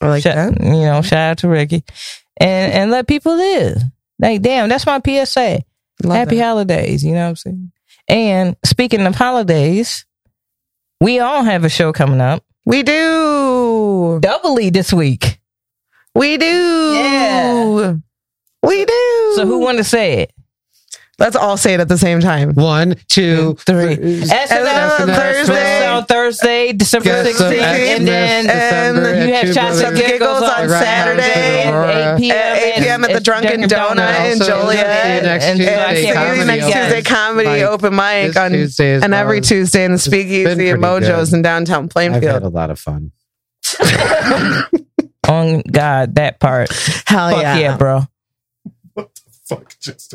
[SPEAKER 3] I like
[SPEAKER 2] Shout-
[SPEAKER 3] that.
[SPEAKER 2] you know shout out to ricky and and let people live like damn that's my psa
[SPEAKER 3] Love
[SPEAKER 2] Happy
[SPEAKER 3] that.
[SPEAKER 2] holidays. You know what I'm saying? And speaking of holidays, we all have a show coming up
[SPEAKER 3] We do.
[SPEAKER 2] doubly this week.
[SPEAKER 3] We do.
[SPEAKER 2] Yeah.
[SPEAKER 3] We do.
[SPEAKER 2] So who want to say it?
[SPEAKER 3] Let's all say it at the same time.
[SPEAKER 1] One, two,
[SPEAKER 2] Three.
[SPEAKER 1] three.
[SPEAKER 2] SNL
[SPEAKER 1] SNL
[SPEAKER 2] Thursday,
[SPEAKER 1] Thursday.
[SPEAKER 2] on Thursday, December
[SPEAKER 1] Get some
[SPEAKER 2] 16th, and
[SPEAKER 1] Xmas
[SPEAKER 2] then
[SPEAKER 1] December
[SPEAKER 3] and
[SPEAKER 1] at
[SPEAKER 2] you have
[SPEAKER 1] two
[SPEAKER 2] shots
[SPEAKER 1] brothers.
[SPEAKER 2] of giggles, on
[SPEAKER 1] Right
[SPEAKER 2] Saturday,
[SPEAKER 1] down
[SPEAKER 2] at 8
[SPEAKER 1] to the
[SPEAKER 2] p.m.
[SPEAKER 3] At 8 p.m. at the Drunken Donut in
[SPEAKER 2] Also,
[SPEAKER 3] Joliet.
[SPEAKER 2] see you next
[SPEAKER 1] And
[SPEAKER 2] Tuesday,
[SPEAKER 3] And
[SPEAKER 1] Tuesday
[SPEAKER 3] see you
[SPEAKER 2] comedy
[SPEAKER 3] next
[SPEAKER 2] on-
[SPEAKER 3] Tuesday comedy
[SPEAKER 1] Like,
[SPEAKER 3] open mic
[SPEAKER 1] this
[SPEAKER 3] on
[SPEAKER 1] Tuesday as
[SPEAKER 3] and
[SPEAKER 1] well
[SPEAKER 3] every
[SPEAKER 1] as-
[SPEAKER 3] Tuesday in the
[SPEAKER 1] been
[SPEAKER 3] Speakeasy and
[SPEAKER 1] pretty
[SPEAKER 3] Mojos
[SPEAKER 1] good.
[SPEAKER 3] in downtown
[SPEAKER 1] I've had
[SPEAKER 3] Plainfield.
[SPEAKER 1] a lot of fun.
[SPEAKER 2] On God, that part.
[SPEAKER 3] Hell
[SPEAKER 2] Fuck yeah, bro.
[SPEAKER 4] Fuck,
[SPEAKER 2] [LAUGHS]
[SPEAKER 4] just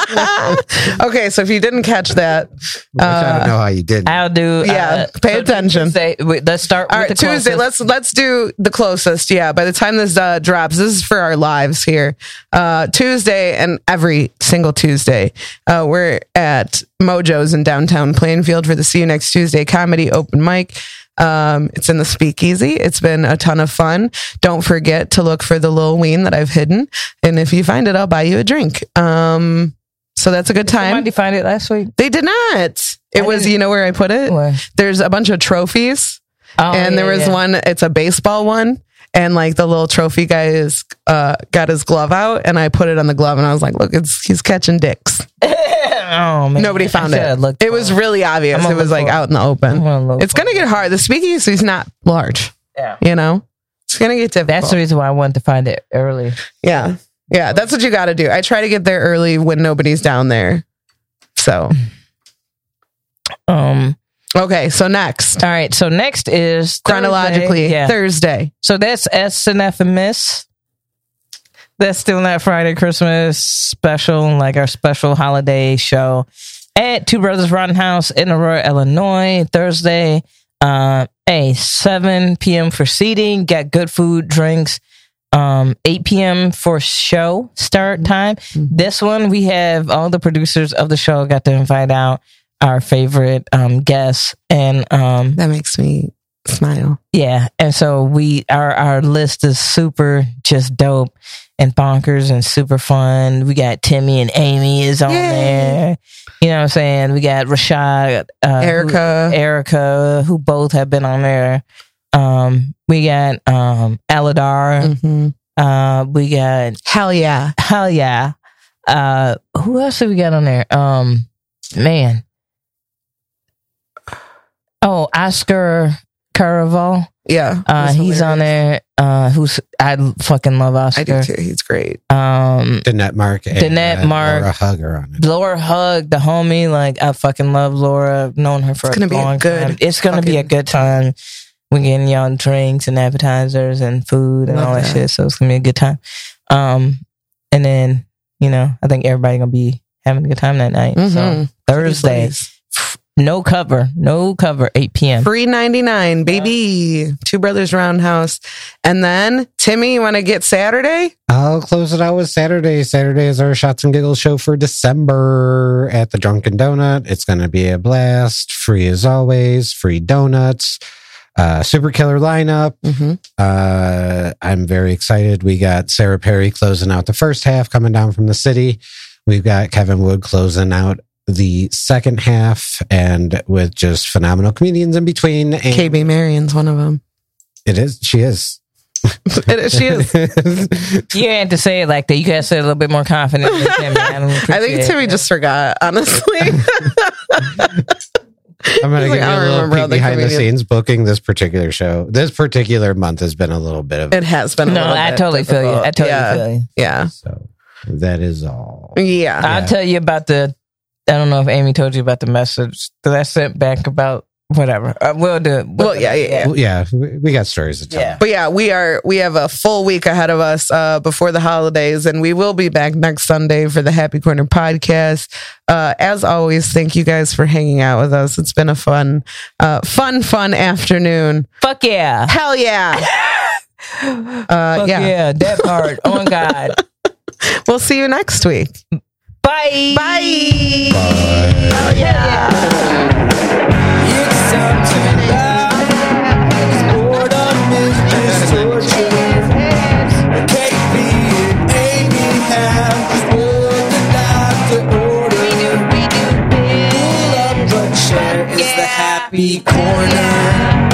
[SPEAKER 3] okay, so if you didn't catch that,
[SPEAKER 1] Which I
[SPEAKER 3] uh,
[SPEAKER 1] don't know how you did.
[SPEAKER 2] I'll do.
[SPEAKER 3] Yeah,
[SPEAKER 2] uh,
[SPEAKER 3] pay
[SPEAKER 2] so
[SPEAKER 3] attention.
[SPEAKER 2] Tuesday- wait, let's start.
[SPEAKER 3] all
[SPEAKER 2] with
[SPEAKER 3] right,
[SPEAKER 2] the
[SPEAKER 3] Tuesday.
[SPEAKER 2] closest.
[SPEAKER 3] Let's let's do the closest. Yeah, by the time this uh, drops, this is for our lives here. Uh, Tuesday and every single Tuesday, uh, we're at Mojo's in downtown Plainfield for the See You Next Tuesday comedy open mic. Um, it's in the speakeasy. It's been a ton of fun. Don't forget to look for the little ween that I've hidden. And if you find it, I'll buy you a drink. Um, so that's a good time.
[SPEAKER 2] Somebody find it last week.
[SPEAKER 3] They did not. It was,
[SPEAKER 2] didn't-
[SPEAKER 3] you know where I put it?
[SPEAKER 2] Where?
[SPEAKER 3] There's a bunch of trophies,
[SPEAKER 2] Oh,
[SPEAKER 3] and there
[SPEAKER 2] yeah,
[SPEAKER 3] was
[SPEAKER 2] yeah.
[SPEAKER 3] one, it's a baseball one. And like the little trophy guy is, uh, got his glove out, and I put it on the glove, and I was like, "Look, it's he's catching dicks."
[SPEAKER 2] oh man,
[SPEAKER 3] Nobody found
[SPEAKER 2] I
[SPEAKER 3] it.
[SPEAKER 2] Look,
[SPEAKER 3] It was really obvious.
[SPEAKER 2] I'm gonna
[SPEAKER 3] It was
[SPEAKER 2] look
[SPEAKER 3] like
[SPEAKER 2] for it.
[SPEAKER 3] out in the open.
[SPEAKER 2] I'm gonna look
[SPEAKER 3] it's
[SPEAKER 2] for
[SPEAKER 3] gonna
[SPEAKER 2] it.
[SPEAKER 3] get hard. The speakeasy's not large,
[SPEAKER 2] Yeah.
[SPEAKER 3] you know. It's gonna get difficult.
[SPEAKER 2] That's the reason why I wanted to find it early.
[SPEAKER 3] yeah, yeah. That's what you got to do. I try to get there early when nobody's down there.
[SPEAKER 2] [LAUGHS]
[SPEAKER 3] So
[SPEAKER 2] Um.
[SPEAKER 3] okay, so next
[SPEAKER 2] All right. So next is Thursday.
[SPEAKER 3] chronologically
[SPEAKER 2] Yeah.
[SPEAKER 3] Thursday.
[SPEAKER 2] so that's SNF and Miss. That's still not Friday Christmas special, like our special holiday show at Two Brothers Rotten House in Aurora, Illinois, Thursday. Uh, a 7 p.m. for seating. Got good food, drinks. Um, 8 p.m. for show start time. This one we have all the producers of the show got to invite out our favorite um, guests and um,
[SPEAKER 3] That makes me smile.
[SPEAKER 2] yeah, and so we our our list is super just dope and bonkers and super fun. We got Timmy and Amy is on
[SPEAKER 3] Yay.
[SPEAKER 2] there. You know what I'm saying? We got Rashad, uh, who-
[SPEAKER 3] Erica.
[SPEAKER 2] Erica, who both have been on there. Um, we got um Aladar.
[SPEAKER 3] Mhm.
[SPEAKER 2] Uh, we got
[SPEAKER 3] Hell yeah.
[SPEAKER 2] hell yeah. Uh, who else did we got on there? Um, man. Oh, Oscar Caraval.
[SPEAKER 3] Yeah.
[SPEAKER 2] Uh, he's on there. Uh, who's I fucking love
[SPEAKER 3] I
[SPEAKER 2] Oscar.
[SPEAKER 3] do too. He's great.
[SPEAKER 2] Um,
[SPEAKER 1] Danette Mark. and,
[SPEAKER 2] Danette
[SPEAKER 1] uh,
[SPEAKER 2] Mark.
[SPEAKER 1] Laura Hugger on it.
[SPEAKER 2] Laura Hug, the homie. Like I fucking love Laura. I've known her for
[SPEAKER 3] It's gonna
[SPEAKER 2] a
[SPEAKER 3] be a
[SPEAKER 2] long
[SPEAKER 3] good
[SPEAKER 2] time. It's gonna be a
[SPEAKER 3] fucking-
[SPEAKER 2] good time. We're getting y'all drinks and appetizers and food and
[SPEAKER 3] Love
[SPEAKER 2] all that,
[SPEAKER 3] that.
[SPEAKER 2] shit. So it's gonna be a good time. Um, and then you know I think everybody gonna be having a good time that night. So
[SPEAKER 3] Mhm.
[SPEAKER 2] Thursday, no cover, no cover. Eight p.m.
[SPEAKER 3] Free 99, baby. Two Brothers Roundhouse. And then, Timmy, you want to get Saturday?
[SPEAKER 1] I'll close it out with Saturday. Saturday is our Shots and Giggles show for December at the Drunken Donut. It's going to be a blast. Free as always, free donuts, uh, super killer lineup.
[SPEAKER 3] Mm-hmm.
[SPEAKER 1] Uh, I'm very excited. We got Sarah Perry closing out the first half, coming down from the city. We've got Kevin Wood closing out the second half and with just phenomenal comedians in between. And
[SPEAKER 3] KB Marion's one of them.
[SPEAKER 1] It is, she is.
[SPEAKER 3] she is.
[SPEAKER 2] [LAUGHS]
[SPEAKER 1] [LAUGHS]
[SPEAKER 2] You didn't have to say it like that. You could have said it a little bit more confidently. Timmy. I, don't
[SPEAKER 3] [LAUGHS] I think
[SPEAKER 2] appreciate
[SPEAKER 3] Timmy
[SPEAKER 2] it.
[SPEAKER 3] just forgot,
[SPEAKER 2] [LAUGHS]
[SPEAKER 3] honestly.
[SPEAKER 1] I'm gonna
[SPEAKER 3] He's like, "I
[SPEAKER 1] give you a
[SPEAKER 3] don't
[SPEAKER 1] little
[SPEAKER 3] remember
[SPEAKER 1] peek
[SPEAKER 3] other
[SPEAKER 1] behind the
[SPEAKER 3] comedians."
[SPEAKER 1] scenes booking this particular show. This particular month has been a little bit of
[SPEAKER 3] it has been a
[SPEAKER 2] No,
[SPEAKER 3] little
[SPEAKER 2] I
[SPEAKER 3] bit
[SPEAKER 2] totally feel you. I
[SPEAKER 3] difficult.
[SPEAKER 2] totally
[SPEAKER 3] yeah.
[SPEAKER 2] feel Uh, you.
[SPEAKER 3] Yeah.
[SPEAKER 1] so that is all.
[SPEAKER 3] Yeah.
[SPEAKER 2] I'll
[SPEAKER 1] Yeah.
[SPEAKER 2] tell you about the. I don't know if Amy told you about the message that I sent back about whatever. Uh, we'll do. it.
[SPEAKER 3] Well, yeah, yeah, yeah.
[SPEAKER 1] Well, yeah, we we got stories to tell.
[SPEAKER 2] Yeah.
[SPEAKER 3] But yeah, we are we have a full week ahead of us uh, before the holidays, and we will be back next Sunday for the Happy Corner podcast. Uh, as always, thank you guys for hanging out with us. It's been a fun, uh, fun, fun afternoon.
[SPEAKER 2] Fuck yeah.
[SPEAKER 3] Hell yeah! Uh,
[SPEAKER 2] Fuck yeah.
[SPEAKER 3] yeah.
[SPEAKER 2] That part. oh my
[SPEAKER 3] [LAUGHS]
[SPEAKER 2] god.
[SPEAKER 3] we'll see you next week.
[SPEAKER 2] Bye.
[SPEAKER 3] Bye.
[SPEAKER 5] Happy corner.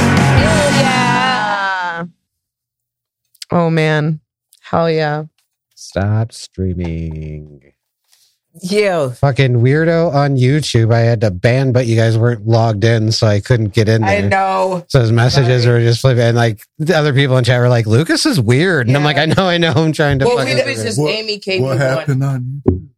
[SPEAKER 3] Oh man, hell yeah!
[SPEAKER 1] Stop streaming.
[SPEAKER 2] Yo.
[SPEAKER 1] Fucking weirdo on YouTube. I had to ban, but you guys weren't logged in, so I couldn't get in there.
[SPEAKER 2] know.
[SPEAKER 1] So his messages were just flipping, and like the other people in chat were like, "Lucas is weird," and I'm like, "I know, I know. I'm trying to."
[SPEAKER 2] Well,
[SPEAKER 1] fucking
[SPEAKER 2] we- it was
[SPEAKER 1] figure it
[SPEAKER 2] just
[SPEAKER 1] out."
[SPEAKER 4] What-
[SPEAKER 2] Amy came.
[SPEAKER 4] What
[SPEAKER 2] with one-
[SPEAKER 4] happened on you?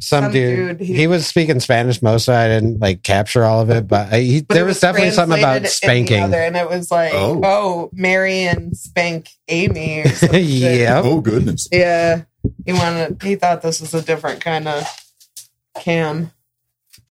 [SPEAKER 1] some,
[SPEAKER 3] Some
[SPEAKER 1] dude,
[SPEAKER 3] dude,
[SPEAKER 1] he,
[SPEAKER 3] he-
[SPEAKER 1] was speaking Spanish most of it. I didn't like capture all of it, but I, he,
[SPEAKER 3] But
[SPEAKER 1] there
[SPEAKER 3] it
[SPEAKER 1] was, definitely something
[SPEAKER 3] translated
[SPEAKER 1] about
[SPEAKER 3] in the
[SPEAKER 1] spanking. [LAUGHS]
[SPEAKER 3] other, and it was like,
[SPEAKER 4] Oh.
[SPEAKER 3] oh, Mary and spank
[SPEAKER 1] [LAUGHS]
[SPEAKER 3] Amy. Or some shit.
[SPEAKER 1] yeah.
[SPEAKER 4] Oh goodness.
[SPEAKER 3] yeah. He wanted. He thought this was a different kind of cam.